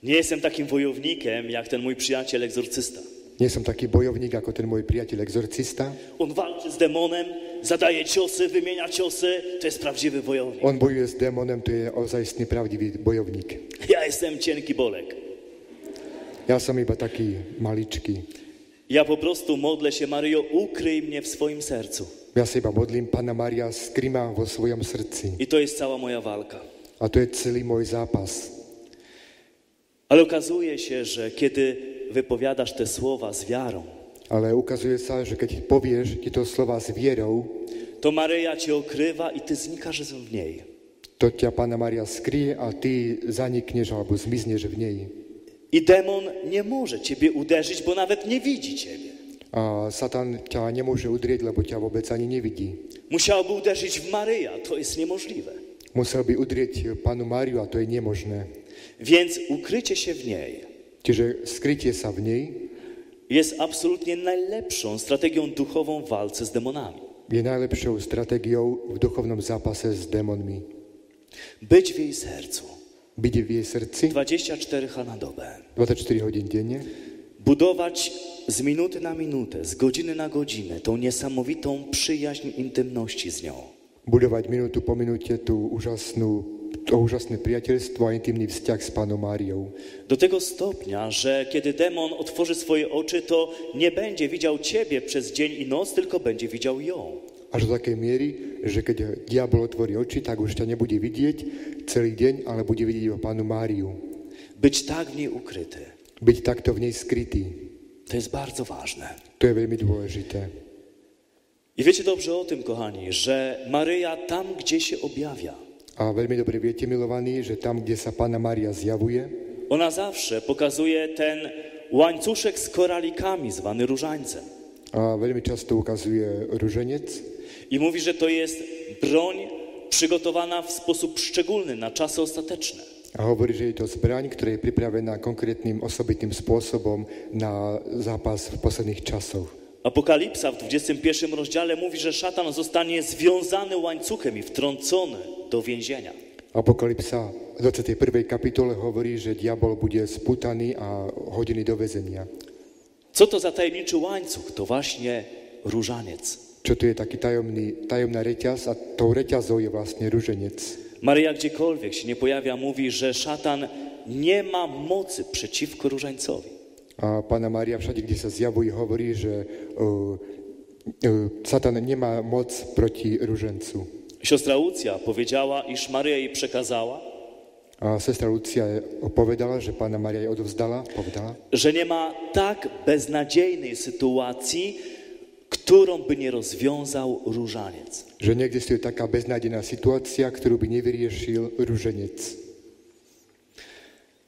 Speaker 1: Nie jestem takim wojownikiem, jak ten mój przyjaciel egzorcysta.
Speaker 2: Nie som taký bojovník ako ten môj priateľ exorcista.
Speaker 1: On walczy z demonem, zadaje ciosy, wymienia ciosy. To jest prawdziwy wojownik.
Speaker 2: On bojuje s démonem, to je ozajstný pravdivý bojovník.
Speaker 1: Ja jestem cienki bolek.
Speaker 2: Ja som iba taký maličký.
Speaker 1: Ja po prostu modlę się, Maryjo, ukryj mnie w swoim sercu.
Speaker 2: Ja sa iba modlím, Pana Maria skrýma vo svojom srdci.
Speaker 1: I to jest cała moja walka.
Speaker 2: A to je celý môj zápas.
Speaker 1: Ale okazuje się, że kiedy wypowiadasz te słowa z wiarą,
Speaker 2: Ale ukazuje sa, že keď povieš tieto slova s vierou,
Speaker 1: to Maryja cię okrywa i ty znikasz w niej.
Speaker 2: to ťa Pana Maria skrie a ty zanikneš alebo zmizneš v nej.
Speaker 1: I demon nie może ciebie uderzyć, bo nawet nie widzi ciebie.
Speaker 2: A Satan ťa nemôže udrieť, lebo ťa vôbec ani nevidí.
Speaker 1: Musiałby uderzyć w Maryja, to jest niemożliwe.
Speaker 2: Musel by udrieť panu Máriu a to je nemožné.
Speaker 1: Więc ukrycie się w niej
Speaker 2: Čiže skrytie sa v nej
Speaker 1: jest absolutnie najlepszą strategią duchową w walce z demonami.
Speaker 2: je najlepšou stratégiou v duchovnom zápase s démonmi.
Speaker 1: Być w jej sercu
Speaker 2: Byť v jej srdci
Speaker 1: 24 h na dobę.
Speaker 2: 24 hodín denne
Speaker 1: Budować z minuty na minutę, z godziny na godzinę tą niesamowitą przyjaźń intymności z nią.
Speaker 2: budovať minútu po minúte tú úžasnú, to úžasné priateľstvo a intimný vzťah s pánom Máriou.
Speaker 1: Do tego stopnia, że kiedy demon otworzy swoje oczy, to nie będzie widział ciebie przez dzień i noc, tylko będzie widział ją.
Speaker 2: Až do takej miery, že keď diabol otvorí oči, tak už ťa nebude vidieť celý deň, ale bude vidieť iba pánu Máriu.
Speaker 1: Być tak w niej ukryty,
Speaker 2: Byť takto v nej skrytý.
Speaker 1: to jest bardzo ważne.
Speaker 2: To je veľmi dôležité.
Speaker 1: I wiecie dobrze o tym, kochani, że Maryja tam, gdzie się objawia,
Speaker 2: A veľmi dobre viete, milovaní, že tam, kde sa Pána Mária zjavuje,
Speaker 1: ona zawsze pokazuje ten łańcuszek z koralikami, zwany różańcem.
Speaker 2: a veľmi často ukazuje ruženec
Speaker 1: I mówi, że to jest broń przygotowana w sposób szczególny na czasy ostateczne.
Speaker 2: a hovorí, že je to zbraň, ktorá je pripravená konkrétnym osobitným spôsobom na zápas v posledných časoch.
Speaker 1: Apokalipsa w 21 rozdziale mówi, że szatan zostanie związany łańcuchem i wtrącony do więzienia.
Speaker 2: Apokalypsa v 21. kapitole hovorí, že diabol bude sputaný a hodený do väzenia.
Speaker 1: Co to za tajemniczy łańcuch? To właśnie różaniec.
Speaker 2: Čo tu je taký tajomný, tajomná reťaz a tou reťazou je vlastne ruženec.
Speaker 1: Maryja gdziekolwiek się nie pojawia, mówi, że szatan nie ma mocy przeciwko różańcowi.
Speaker 2: A Pána Mária všade, kde sa zjavuje, hovorí, že uh, uh, Satan nemá moc proti ružencu.
Speaker 1: Siostra Lucja powiedziała, iż Maryja jej przekazała,
Speaker 2: A sestra Lucia je povedala, že pána Maria jej odovzdala, povedala,
Speaker 1: że nie ma tak beznadziejnej sytuacji, którą by nie rozwiązał różaniec.
Speaker 2: že neexistuje taká beznádená situácia, ktorú by nevyriešil ruženec.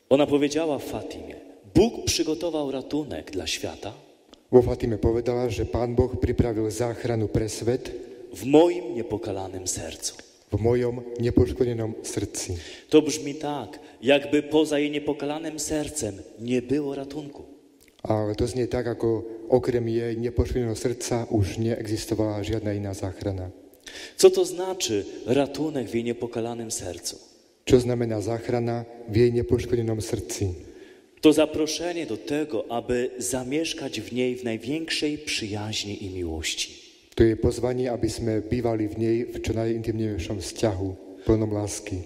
Speaker 1: Ona powiedziała Fatimie: Bóg przygotował ratunek dla świata,
Speaker 2: Vo Fatime povedala, že pán Boh pripravil záchranu pre svet
Speaker 1: w moim niepokalanym sercu.
Speaker 2: v mojom nepoškodenom srdci.
Speaker 1: To brzmi tak, jakby poza jej niepokalanym sercem nie było ratunku.
Speaker 2: Ale to znie tak, ako okrem jej nepoškodeného srdca už neexistovala žiadna iná záchrana.
Speaker 1: Co to znaczy ratunek w jej niepokalanym sercu?
Speaker 2: čo znamená záchrana v jej nepoškodenom srdci.
Speaker 1: To zaproszenie do tego, aby zamieszkać w niej w największej przyjaźni i miłości.
Speaker 2: To je pozvanie, aby sme bývali v nej v čo najintimnejšom vzťahu, plnom lásky.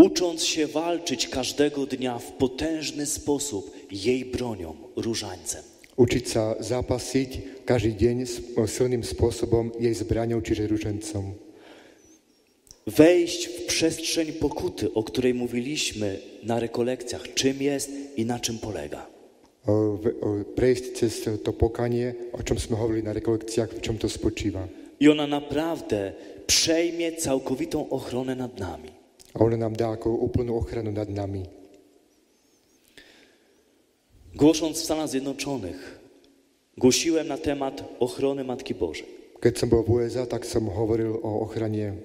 Speaker 1: Ucząc się walczyć każdego dnia w potężny sposób jej bronią, różańcem.
Speaker 2: Učiť sa zápasiť každý deň s- e, silným spôsobom jej zbraňou, čiže ružencom. E,
Speaker 1: Wejść w przestrzeń pokuty, o której mówiliśmy na rekolekcjach, czym jest i na czym polega.
Speaker 2: O, v- o, Prejsť cez to pokanie, o čom sme hovorili na rekolekciách, v čom to spočíva.
Speaker 1: I ona naprawdę przejmie całkowitą ochronę nad nami.
Speaker 2: A ona nám dá ako úplnú ochranu nad nami.
Speaker 1: Głosząc w Stanach Zjednoczonych, głosiłem na temat ochrony Matki Bożej.
Speaker 2: Keď som bol v USA, tak som hovoril o ochrane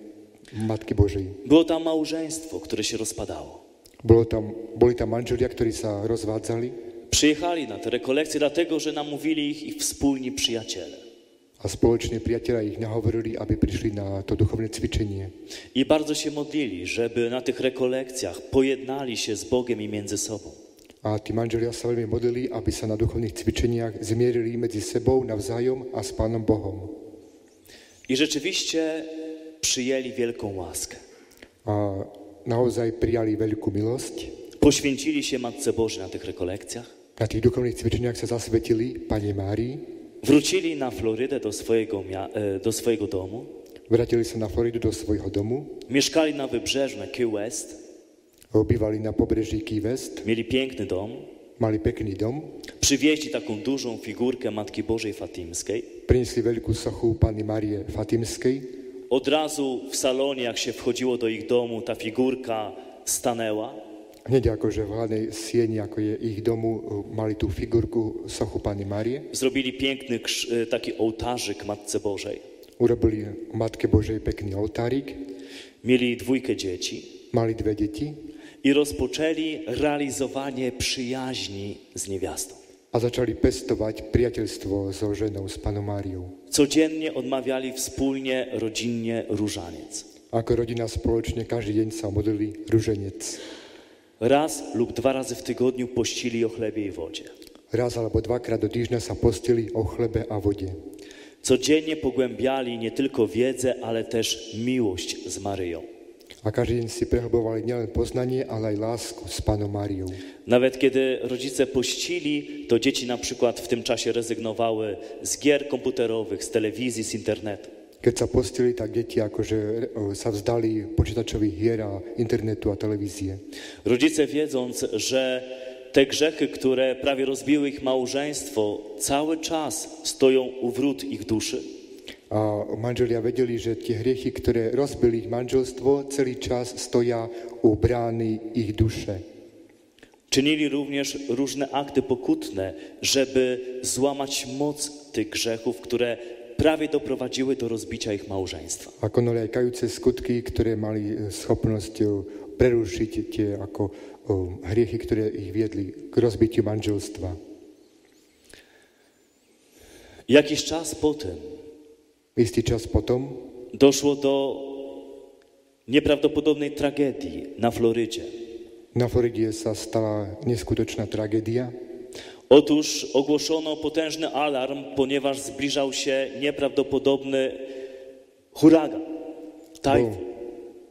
Speaker 2: Matky Božej.
Speaker 1: Było tam małżeństwo, które się rozpadało.
Speaker 2: Bolo tam, boli tam manželia, ktorí sa rozvádzali
Speaker 1: Przyjechali na te rekolekcje, dlatego że namówili ich ich wspólni przyjaciele.
Speaker 2: a spoločne priateľa ich nahovorili, aby prišli na to duchovné cvičenie.
Speaker 1: I bardzo się modlili, żeby na tych rekolekcjach pojednali się z Bogiem i między sobą.
Speaker 2: A tí manželia sa veľmi modlili, aby sa na duchovných cvičeniach zmierili medzi sebou navzájom a s Pánom Bohom.
Speaker 1: I rzeczywiście przyjęli wielką łaskę.
Speaker 2: A naozaj prijali veľkú milosť.
Speaker 1: Poświęcili się Matce Bożej na tych rekolekcjach.
Speaker 2: Na tých duchovných cvičeniach sa zasvetili Pane Márii,
Speaker 1: Wrócili na Florydę do swojego, mia- e, do swojego domu.
Speaker 2: vrátili sa na Floridu do svojho domu,
Speaker 1: Mieszkali na wybrzeżu, na Key West.
Speaker 2: bývali na pobreží Key West,
Speaker 1: Mieli piękny dom.
Speaker 2: mali pekný dom,
Speaker 1: Przywieźli taką dużą figurkę Matki Bożej Fatimskiej.
Speaker 2: priniesli veľkú sochu Panny Márie Fatimskej.
Speaker 1: Od razu w salonie, jak się wchodziło do ich domu, ta figurka stanęła.
Speaker 2: Hneď akože v hlavnej sieni, ako je ich domu, mali tú figurku sochu Panny Márie.
Speaker 1: Zrobili piękny krz- e, taki ołtarzyk Matce Bożej.
Speaker 2: Urobili Matke Božej pekný oltárik,
Speaker 1: Mieli dwójkę dzieci
Speaker 2: mali dve deti,
Speaker 1: i rozpoczęli realizowanie przyjaźni z niewiastą.
Speaker 2: a začali pestovať priateľstvo so ženou, s panom Máriou.
Speaker 1: Codziennie odmawiali wspólnie, rodzinnie różaniec.
Speaker 2: Ako rodina spoločne každý deň sa modlili ruženec.
Speaker 1: Raz lub dwa razy w tygodniu pościli o chlebie i wodzie.
Speaker 2: Raz alebo dvakrát do týždňa sa postili o chlebe a vode.
Speaker 1: Codziennie pogłębiali nie tylko wiedzę, ale też miłość z Maryją.
Speaker 2: A každý deň si prehlbovali nielen poznanie, ale aj lásku s panom Máriou.
Speaker 1: Nawet kiedy rodzice pościli, to dzieci na przykład w tym czasie rezygnowały z gier komputerowych, z telewizji, z internetu.
Speaker 2: Keď sa postili, tak deti akože e, sa vzdali počítačových hier a internetu a televízie.
Speaker 1: Rodzice wiedząc, że te grzechy, które prawie rozbiły ich małżeństwo, cały czas stoją u wrót ich duszy,
Speaker 2: A manželia vedeli, že tie hriechy, ktoré rozbili ich manželstvo, celý čas stoja u brány ich duše.
Speaker 1: czynili również różne akty pokutne, żeby złamać moc tych grzechów, które prawie doprowadziły do rozbicia ich małżeństwa.
Speaker 2: a konali aj kajúce skutky, ktoré mali e, schopnosť e, prerušiť tie ako e, hriechy, ktoré ich viedli k rozbitiu manželstva.
Speaker 1: Jakiś czas po tym
Speaker 2: Istý čas potom
Speaker 1: doszło do nieprawdopodobnej tragedii na Florydzie.
Speaker 2: na Floride sa stala neskutočná tragédia.
Speaker 1: Otóż ogłoszono potężny alarm, ponieważ zbliżał się nieprawdopodobny huragan, Tak? tajfun.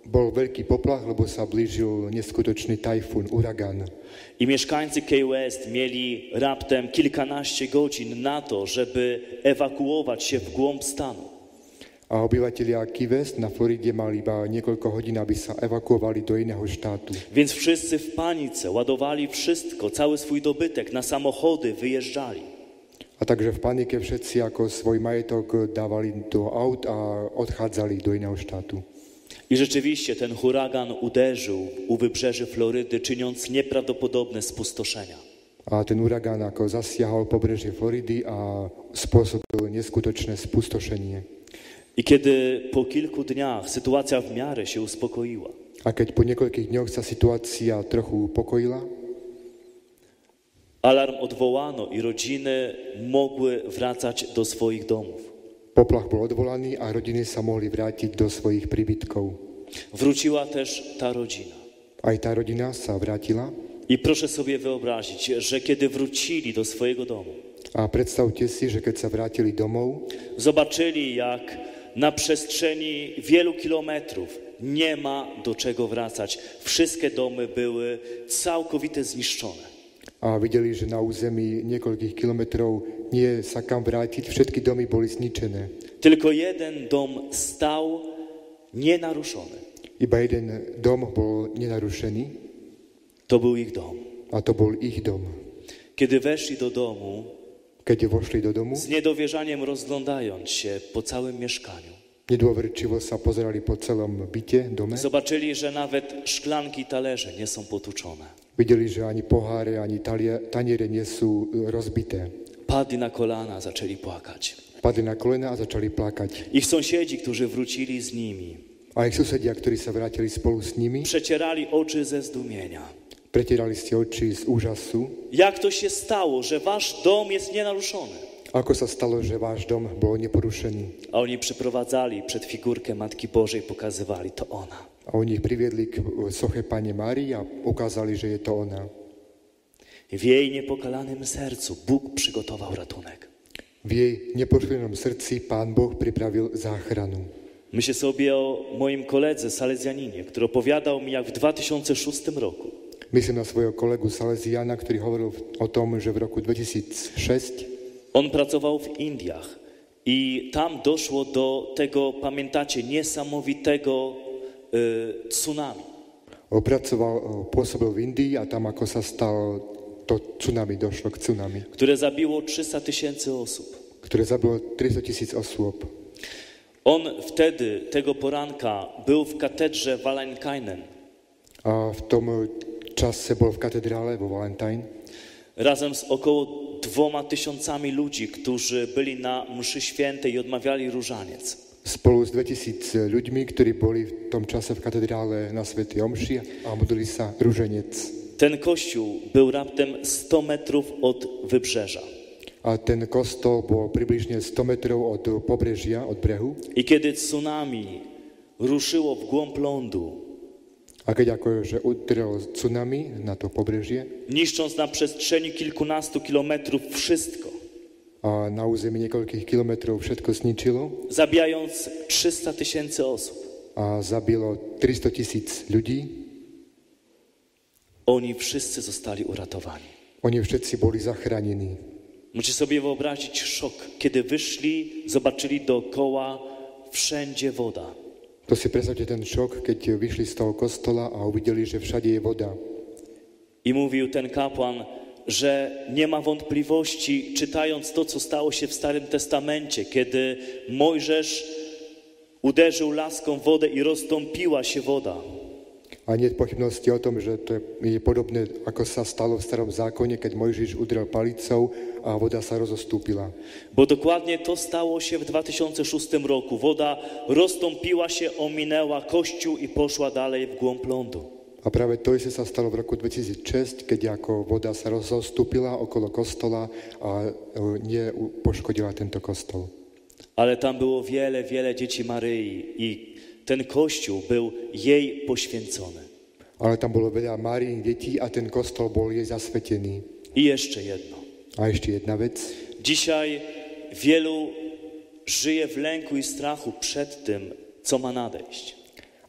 Speaker 2: Bol veľký poplach, lebo sa blížil neskutočný tajfún, uragán.
Speaker 1: I mieszkańcy Key West mieli raptem kilkanaście godzin na to, żeby ewakuować się w głąb stanu.
Speaker 2: A obyvatelia Key West na Floride mali iba niekoľko hodín, aby sa evakuovali do iného štátu.
Speaker 1: Więc wszyscy w panice ładowali wszystko, cały swój dobytek na samochody, wyjeżdżali.
Speaker 2: A takže v panike všetci ako svoj majetok dávali do aut a odchádzali do iného štátu.
Speaker 1: I rzeczywiście ten huragan uderzył u wybrzeży Florydy, czyniąc nieprawdopodobne spustoszenia.
Speaker 2: A ten uragán ako zasiahol pobrežie Floridy a spôsobil neskutočné spustošenie.
Speaker 1: I kiedy po kilku dniach sytuacja w miarę się uspokoiła,
Speaker 2: A keď po niekoľkých dňoch sa situácia trochu upokojila,
Speaker 1: alarm odwołano i rodziny mogły wracać do swoich domów.
Speaker 2: poplach bol odvolaný a rodiny sa mohli vrátiť do svojich príbytkov.
Speaker 1: Wróciła też ta rodzina.
Speaker 2: Aj tá rodina sa vrátila
Speaker 1: I proszę sobie wyobrazić, że kiedy wrócili do swojego domu,
Speaker 2: a predstavte si, že keď sa vrátili domov,
Speaker 1: zobaczyli, jak na przestrzeni wielu kilometrów nie ma do czego wracać. Wszystkie domy były całkowite zniszczone.
Speaker 2: a videli, že na území niekoľkých kilometrov nie je sa kam vrátiť, všetky domy boli zničené.
Speaker 1: Tylko jeden dom stał nienaruszony.
Speaker 2: Iba jeden dom bol nenarušený
Speaker 1: To był ich dom.
Speaker 2: a to bol ich dom.
Speaker 1: Kiedy weszli do domu,
Speaker 2: Keď vošli do domu,
Speaker 1: z niedowierzaniem rozglądając się po całym mieszkaniu,
Speaker 2: nedôverčivo sa pozerali po celom byte, dome.
Speaker 1: zobaczyli, że nawet szklanki i talerze nie są potuczone.
Speaker 2: Videli, že ani poháre, ani talia- taniere nie sú e, rozbité.
Speaker 1: Padli na kolana, zaczęli płakać.
Speaker 2: Padli na kolena a začali plakať.
Speaker 1: Ich sąsiedzi, którzy wrócili z nimi,
Speaker 2: A ich susedia, ktorí sa vrátili spolu s nimi,
Speaker 1: przecierali oczy ze zdumienia.
Speaker 2: pretierali si oči z úžasu.
Speaker 1: Jak to się stało, że wasz dom jest nienaruszony?
Speaker 2: Ako sa stalo, že váš dom bol neporušený?
Speaker 1: A oni przyprowadzali przed figurkę Matki Bożej, pokazywali to ona.
Speaker 2: A oni ich priviedli k e, soche Pane Márii a ukázali, že je to ona.
Speaker 1: W jej niepokalanym sercu Bóg przygotował ratunek.
Speaker 2: V jej neporušenom srdci Pán Boh pripravil záchranu.
Speaker 1: Myślę sobie o moim koledze Salezjaninie, który opowiadał mi, jak w 2006 roku
Speaker 2: Myslím na svojho kolegu Salesiana, ktorý hovoril v- o tom, že v roku 2006
Speaker 1: on pracował w Indiach i tam doszło do tego, pamiętacie, niesamowitego y, tsunami.
Speaker 2: opracoval, o, pôsobil v Indii a tam, ako sa stalo to tsunami, došlo k tsunami,
Speaker 1: które zabiło 300 tysięcy osób.
Speaker 2: ktoré zabilo 300 tisíc osôb.
Speaker 1: On wtedy, tego poranka, był w katedrze Valenkainen
Speaker 2: A v tom e, čase bol v katedrále vo Valentine
Speaker 1: razem z około dwoma tysiącami ludzi, którzy byli na mszy świętej i odmawiali różaniec.
Speaker 2: spolu s 2000 ľuďmi, ktorí boli v tom čase v katedrále na Svetej Omši a modlili sa ruženec.
Speaker 1: Ten kościół był raptem 100 metrów od wybrzeża.
Speaker 2: A ten kostol bol približne 100 metrov od pobrežia, od brehu.
Speaker 1: I kiedy tsunami ruszyło w głąb lądu,
Speaker 2: A keď akože udrelo tsunami na to pobrežie
Speaker 1: niszcząc na przestrzeni kilkunastu kilometrów wszystko,
Speaker 2: a na území niekoľkých kilometrov všetko zničilo
Speaker 1: zabijając 300 tysięcy osób,
Speaker 2: a zabilo 300 tisíc ľudí,
Speaker 1: oni wszyscy zostali uratowani.
Speaker 2: oni všetci boli zachránení.
Speaker 1: Możecie sobie wyobrazić szok, kiedy wyszli, zobaczyli dookoła wszędzie woda.
Speaker 2: To si predstavte ten šok, keď vyšli z toho kostola a uvideli, že všade je voda.
Speaker 1: I mówił ten kapłan, że nie ma wątpliwości, czytając to, co stało się w Starym Testamencie, kiedy Mojżesz uderzył laską w wodę i roztąpiła się woda.
Speaker 2: A nie je pochybnosti o tom, že to je podobné, ako sa stalo v starom zákone, keď Mojžiš udrel palicou a voda sa rozostúpila.
Speaker 1: Bo dokładnie to stało się w 2006 roku. Woda roztąpiła się, ominęła kościół i poszła dalej w głąb lądu.
Speaker 2: A práve to isté sa stalo v roku 2006, keď ako voda sa rozostúpila okolo kostola a e, nie u- poškodila tento kostol.
Speaker 1: Ale tam było wiele, wiele dzieci Maryi i ten kościół był jej poświęcony.
Speaker 2: Ale tam bolo veľa Máriin detí a ten kostol bol jej zasvetený.
Speaker 1: I jeszcze jedno.
Speaker 2: A ešte jedna vec.
Speaker 1: Dzisiaj wielu żyje w lęku i strachu przed tym, co ma nadejść.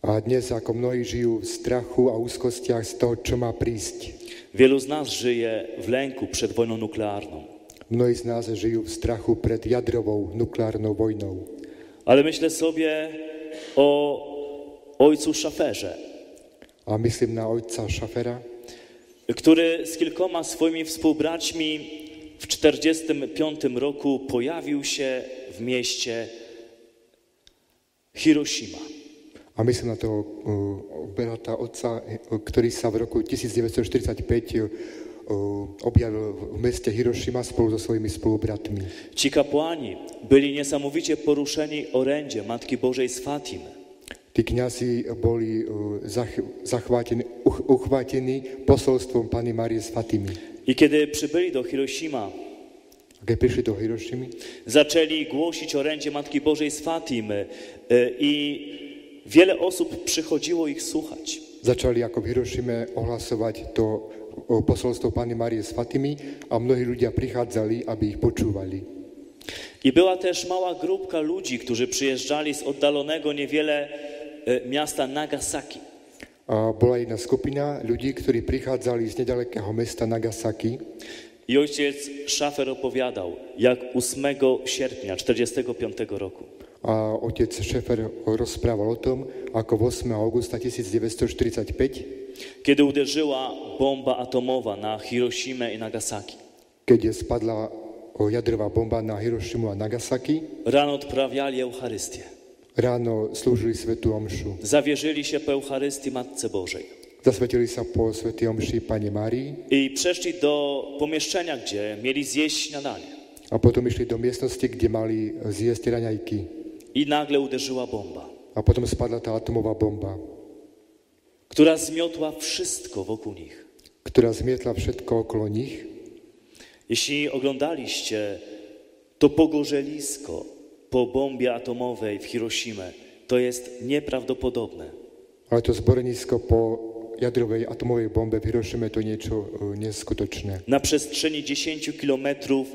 Speaker 2: A dnes, ako mnohí žijú v strachu a úzkostiach z toho, čo má prísť.
Speaker 1: Wielu z nas żyje w lęku przed wojną nuklearną.
Speaker 2: Mnohí z nás žijú v strachu pred jadrovou nukleárnou vojnou.
Speaker 1: Ale myślę sobie o ojcu Szaferze,
Speaker 2: A myslím na otca Šafera,
Speaker 1: który z kilkoma swoimi współbraćmi w 1945 roku pojawił się w mieście Hiroshima.
Speaker 2: A myslím na toho uh, brata otca, eh, ktorý sa v roku 1945 uh, objavil v meste Hirošima spolu so svojimi spolubratmi.
Speaker 1: Ci kapłani byli niesamowicie poruszeni orędziem Matki Bożej z Fatimy.
Speaker 2: Tí kňazi boli uh, zach- zachvátení, uch- uchvátení posolstvom Pany Márie s Fatimy.
Speaker 1: I kiedy przybyli do Hiroshima,
Speaker 2: A keď prišli do Hirošimy,
Speaker 1: zaczęli głosić orędzie Matki e, Bożej z Fatimy y, i wiele osób przychodziło ich słuchać.
Speaker 2: Začali ako v Hirošime ohlasovať to o, posolstvo Panny Marie s Fatimi a mnohí ľudia prichádzali, aby ich počúvali.
Speaker 1: I była też mała grupka ludzi, którzy przyjeżdżali z oddalonego niewiele e, miasta Nagasaki.
Speaker 2: A bola jedna skupina ľudí, ktorí prichádzali z nedalekého mesta Nagasaki
Speaker 1: I ojciec Szafer opowiadał, jak 8 sierpnia 45 roku
Speaker 2: a otec Šefer rozprával o tom, ako 8. augusta 1945,
Speaker 1: kiedy uderzyła bomba atomowa na Hiroshimę i Nagasaki.
Speaker 2: keď spadla o, jadrová bomba na Hirošimu a Nagasaki,
Speaker 1: Rano odprawiali Eucharystię.
Speaker 2: ráno slúžili Svetu Omšu.
Speaker 1: Zawierzyli się po Eucharystii Matce Bożej.
Speaker 2: Zasvetili sa po Sveti Omši Pane Márii
Speaker 1: I przeszli do pomieszczenia, gdzie mieli zjeść śniadanie.
Speaker 2: a potom išli do miestnosti, kde mali zjesť raňajky.
Speaker 1: I nagle uderzyła bomba,
Speaker 2: A potom spadla tá atomová bomba,
Speaker 1: która zmiotła wszystko wokół nich.
Speaker 2: ktorá zmietla všetko okolo nich.
Speaker 1: Jeśli oglądaliście to pogorzelisko po bombie atomowej w Hiroshimę, to jest nieprawdopodobne.
Speaker 2: Ale to zborenisko po jadrovej atomovej bombe v Hirošime to je niečo e, neskutočné.
Speaker 1: Na przestrzeni 10 kilometrów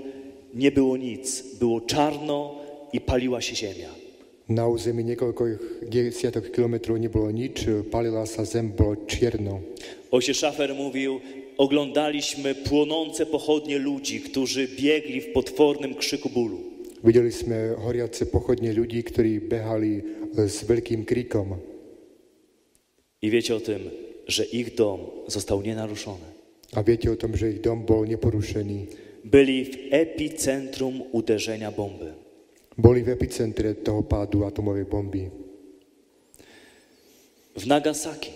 Speaker 1: nie było nic. Było czarno i paliła się ziemia.
Speaker 2: Na území niekoľkých desiatok kilometrov nebolo nič, e, palila sa zem, bolo čierno.
Speaker 1: Ojciec Szafer mówił, oglądaliśmy płonące pochodnie ludzi, którzy biegli w potwornym krzyku bólu.
Speaker 2: Videli sme horiace pochodne ľudí, ktorí behali e, s veľkým krikom.
Speaker 1: I wiecie o tym, że ich dom został nienaruszony.
Speaker 2: A viete o tom, že ich dom bol neporušený.
Speaker 1: Byli w epicentrum uderzenia bomby.
Speaker 2: Boli v epicentre toho pádu atomovej bomby.
Speaker 1: W Nagasaki,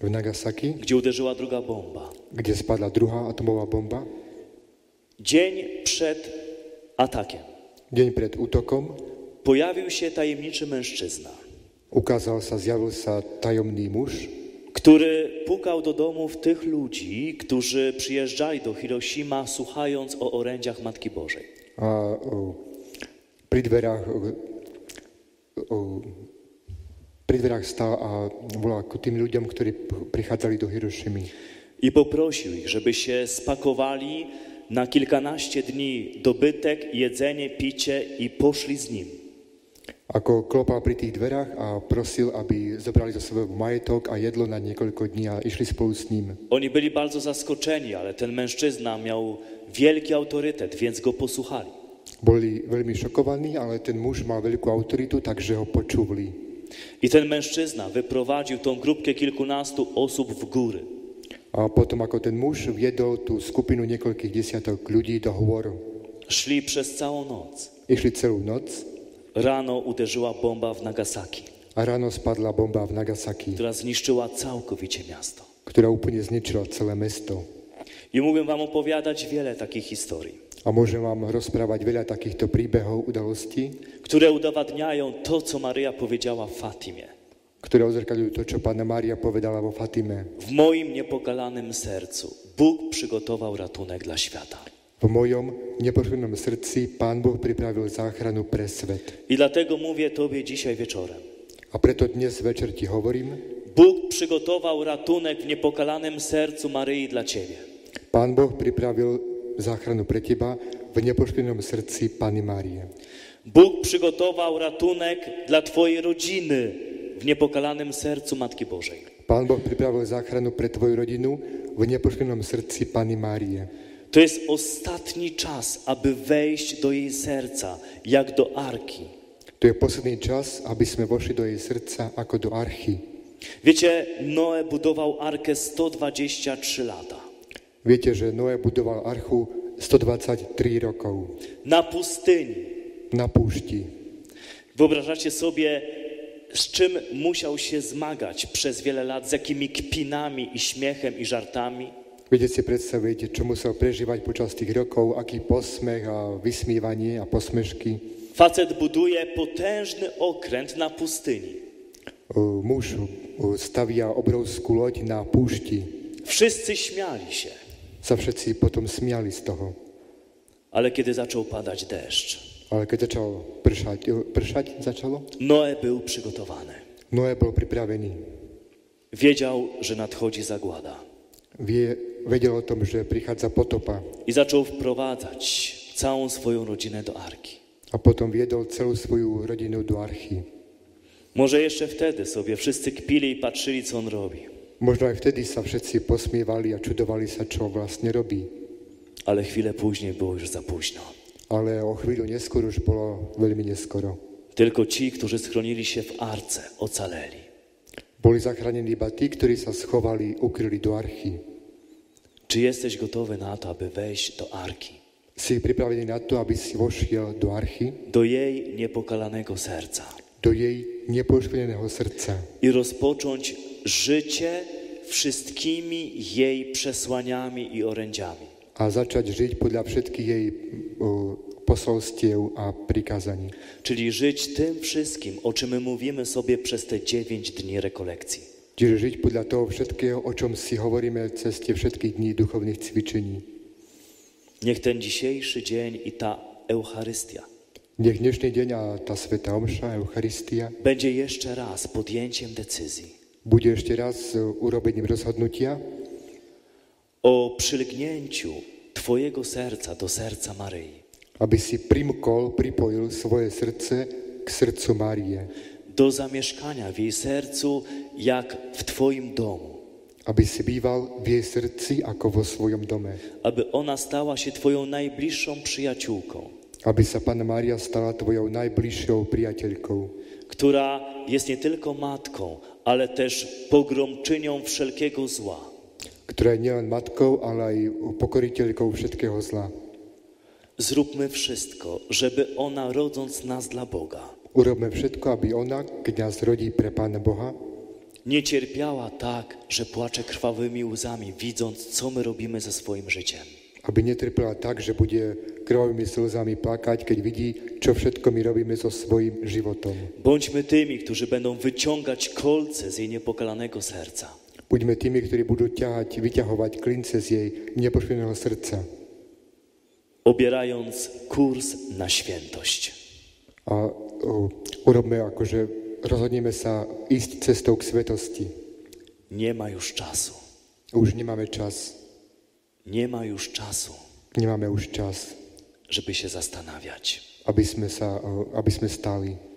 Speaker 2: V Nagasaki,
Speaker 1: gdzie uderzyła druga bomba.
Speaker 2: kde spadla druhá atomová bomba,
Speaker 1: Dzień przed atakiem
Speaker 2: deň pred útokom
Speaker 1: pojawił się tajemniczy mężczyzna,
Speaker 2: ukázal sa, zjavil sa tajomný muž,
Speaker 1: który pukał do domów tych ludzi, którzy przyjeżdżali do Hiroshima słuchając o orędziach Matki Bożej.
Speaker 2: A o, pri dverách, o, o, pri dverách stál a volal k tým ľuďom, ktorí p- prichádzali do Hirošimy.
Speaker 1: I poprosił ich, żeby się spakowali na kilkanaście dni dobytek, jedzenie, picie i poszli z nim.
Speaker 2: Ako klopal pri tých dverách a prosil, aby zobrali zo sebou majetok a jedlo na niekoľko dní a išli spolu s ním.
Speaker 1: Oni byli bardzo zaskoczeni, ale ten mężczyzna miał wielki autorytet, więc go posłuchali.
Speaker 2: Boli veľmi šokovaní, ale ten muž mal veľkú autoritu, takže ho počuli.
Speaker 1: I ten mężczyzna wyprowadził tą grupkę kilkunastu osób w góry.
Speaker 2: A potom, ako ten muž viedol tú skupinu niekoľkých desiatok ľudí do hôr,
Speaker 1: Szli przez całą noc.
Speaker 2: išli celú noc
Speaker 1: Rano uderzyła bomba w Nagasaki,
Speaker 2: a ráno spadla bomba v Nagasaki.
Speaker 1: która zniszczyła całkowicie miasto.
Speaker 2: ktorá úplne zničila celé mesto.
Speaker 1: I mógłbym wam opowiadać wiele takich historii,
Speaker 2: A môžem vám rozprávať veľa takýchto príbehov, udalostí,
Speaker 1: które udowadniają to, co Maryja powiedziała Fatimie.
Speaker 2: ktoré odzrkadľujú to, čo pána Mária povedala vo Fatime.
Speaker 1: W moim niepokalanym sercu Bóg przygotował ratunek dla świata.
Speaker 2: V mojom nepochybnom srdci pán Boh pripravil záchranu pre svet.
Speaker 1: I dlatego mówię tobie dzisiaj wieczorem.
Speaker 2: A preto dnes večer ti hovorím,
Speaker 1: Bóg przygotował ratunek w niepokalanym sercu Maryi dla ciebie.
Speaker 2: pán Boh pripravil záchranu pre teba v nepoškvrnenom srdci Pany Márie.
Speaker 1: Bóg przygotował ratunek dla twojej rodziny w niepokalanym sercu Matki Bożej.
Speaker 2: Pán Boh pripravil záchranu pre tvoju rodinu v nepoškvrnenom srdci Pany Márie.
Speaker 1: To jest ostatni czas, aby wejść do jej serca, jak do arki.
Speaker 2: To je posledný čas, aby sme vošli do jej srdca ako do archy.
Speaker 1: Wiecie, Noe budował arkę 123 lata.
Speaker 2: Viete, že Noé budoval archu 123 rokov
Speaker 1: Na pustyni.
Speaker 2: na púšti.
Speaker 1: Wyobrażacie sobie, z czym musiał się zmagać przez wiele lat, z jakimi kpinami i śmiechem i żartami?
Speaker 2: Viete si predstaviť, čo musel prežívať počas tých rokov, aký posmech a vysmievanie a posmešky. e,
Speaker 1: Facet buduje potężny okręt na pustyni.
Speaker 2: O, Muž o, stavia obrovskú loď na púšti.
Speaker 1: Wszyscy śmiali się,
Speaker 2: Sa všetci potom smiali z toho.
Speaker 1: ale kiedy zaczął padać deszcz,
Speaker 2: Ale keď začalo pršať, o, pršať začalo,
Speaker 1: Noe był przygotowany.
Speaker 2: Noé bol pripravený.
Speaker 1: wiedział, że nadchodzi zagłada
Speaker 2: Wie, vedel o tom, že prichádza potopa
Speaker 1: i zaczął wprowadzać całą swoją rodzinę do arki.
Speaker 2: a potom viedol celú svoju rodinu do archy.
Speaker 1: Może jeszcze wtedy sobie wszyscy kpili i patrzyli, co on robi.
Speaker 2: Možno aj vtedy sa všetci posmievali a čudovali sa, čo vlastne robí.
Speaker 1: Ale chwilę później było już za późno.
Speaker 2: Ale o chvíľu neskôr už bolo veľmi neskoro.
Speaker 1: Tylko ci, którzy schronili się w arce, ocaleli.
Speaker 2: Boli zachránení iba tí, ktorí sa schovali, ukryli do archy.
Speaker 1: Czy jesteś gotowy na to, aby wejść do arki,
Speaker 2: Si pripravený na to, aby si vošiel do archy,
Speaker 1: do jej niepokalanego serca
Speaker 2: do jej nepoškvrneného srdca
Speaker 1: i rozpocząć życie wszystkimi jej przesłaniami i orędziami?
Speaker 2: a začať žiť podľa všetkých jej o, posolstiev a prikázaní.
Speaker 1: Czyli żyć tym wszystkim, o czym my mówimy sobie przez te dziewięć dni rekolekcji.
Speaker 2: Čiže žiť podľa toho všetkého, o čom si hovoríme cez tie všetky dní duchovných cvičení.
Speaker 1: Niech ten dzisiejszy dzień i ta Eucharystia
Speaker 2: Nech dnešný deň a tá Sveta Omša, Eucharistia,
Speaker 1: będzie jeszcze raz podjęciem decyzji
Speaker 2: bude ešte raz e, urobením rozhodnutia
Speaker 1: o przylgnięciu Twojego serca do serca Maryi,
Speaker 2: aby si primkol, pripojil svoje srdce k srdcu Márie,
Speaker 1: do zamieszkania w jej sercu jak w Twoim domu,
Speaker 2: aby si býval v jej srdci ako vo svojom dome,
Speaker 1: aby ona stała się Twoją najbliższą przyjaciółką,
Speaker 2: aby sa Pána Mária stala tvojou najbližšou priateľkou,
Speaker 1: która jest nie tylko matką, ale też pogromczynią wszelkiego zła.
Speaker 2: ktorá je nielen matkou, ale aj pokoriteľkou všetkého zla.
Speaker 1: Zróbmy wszystko, żeby ona, rodząc nas dla Boga,
Speaker 2: Urobme všetko, aby ona, keď nás rodí pre Pána Boha,
Speaker 1: nie cierpiała tak, że płacze krwawymi łzami, widząc, co my robimy ze swoim życiem.
Speaker 2: aby netrpela tak, že bude krvavými slzami plakať, keď vidí, čo všetko my robíme so svojím životom.
Speaker 1: Bądźmy tymi, którzy będą wyciągać kolce z jej niepokalanego serca.
Speaker 2: Buďme tými, ktorí budú ťahať, vyťahovať klince z jej nepošpineného srdca
Speaker 1: obierając kurs na świętość.
Speaker 2: a o, urobme akože, rozhodneme sa ísť cestou k svetosti.
Speaker 1: Nie ma już czasu.
Speaker 2: Už nemáme čas,
Speaker 1: Nie ma już czasu,
Speaker 2: nemáme už čas,
Speaker 1: żeby się zastanawiać.
Speaker 2: aby sme, sa, o, aby sme stáli.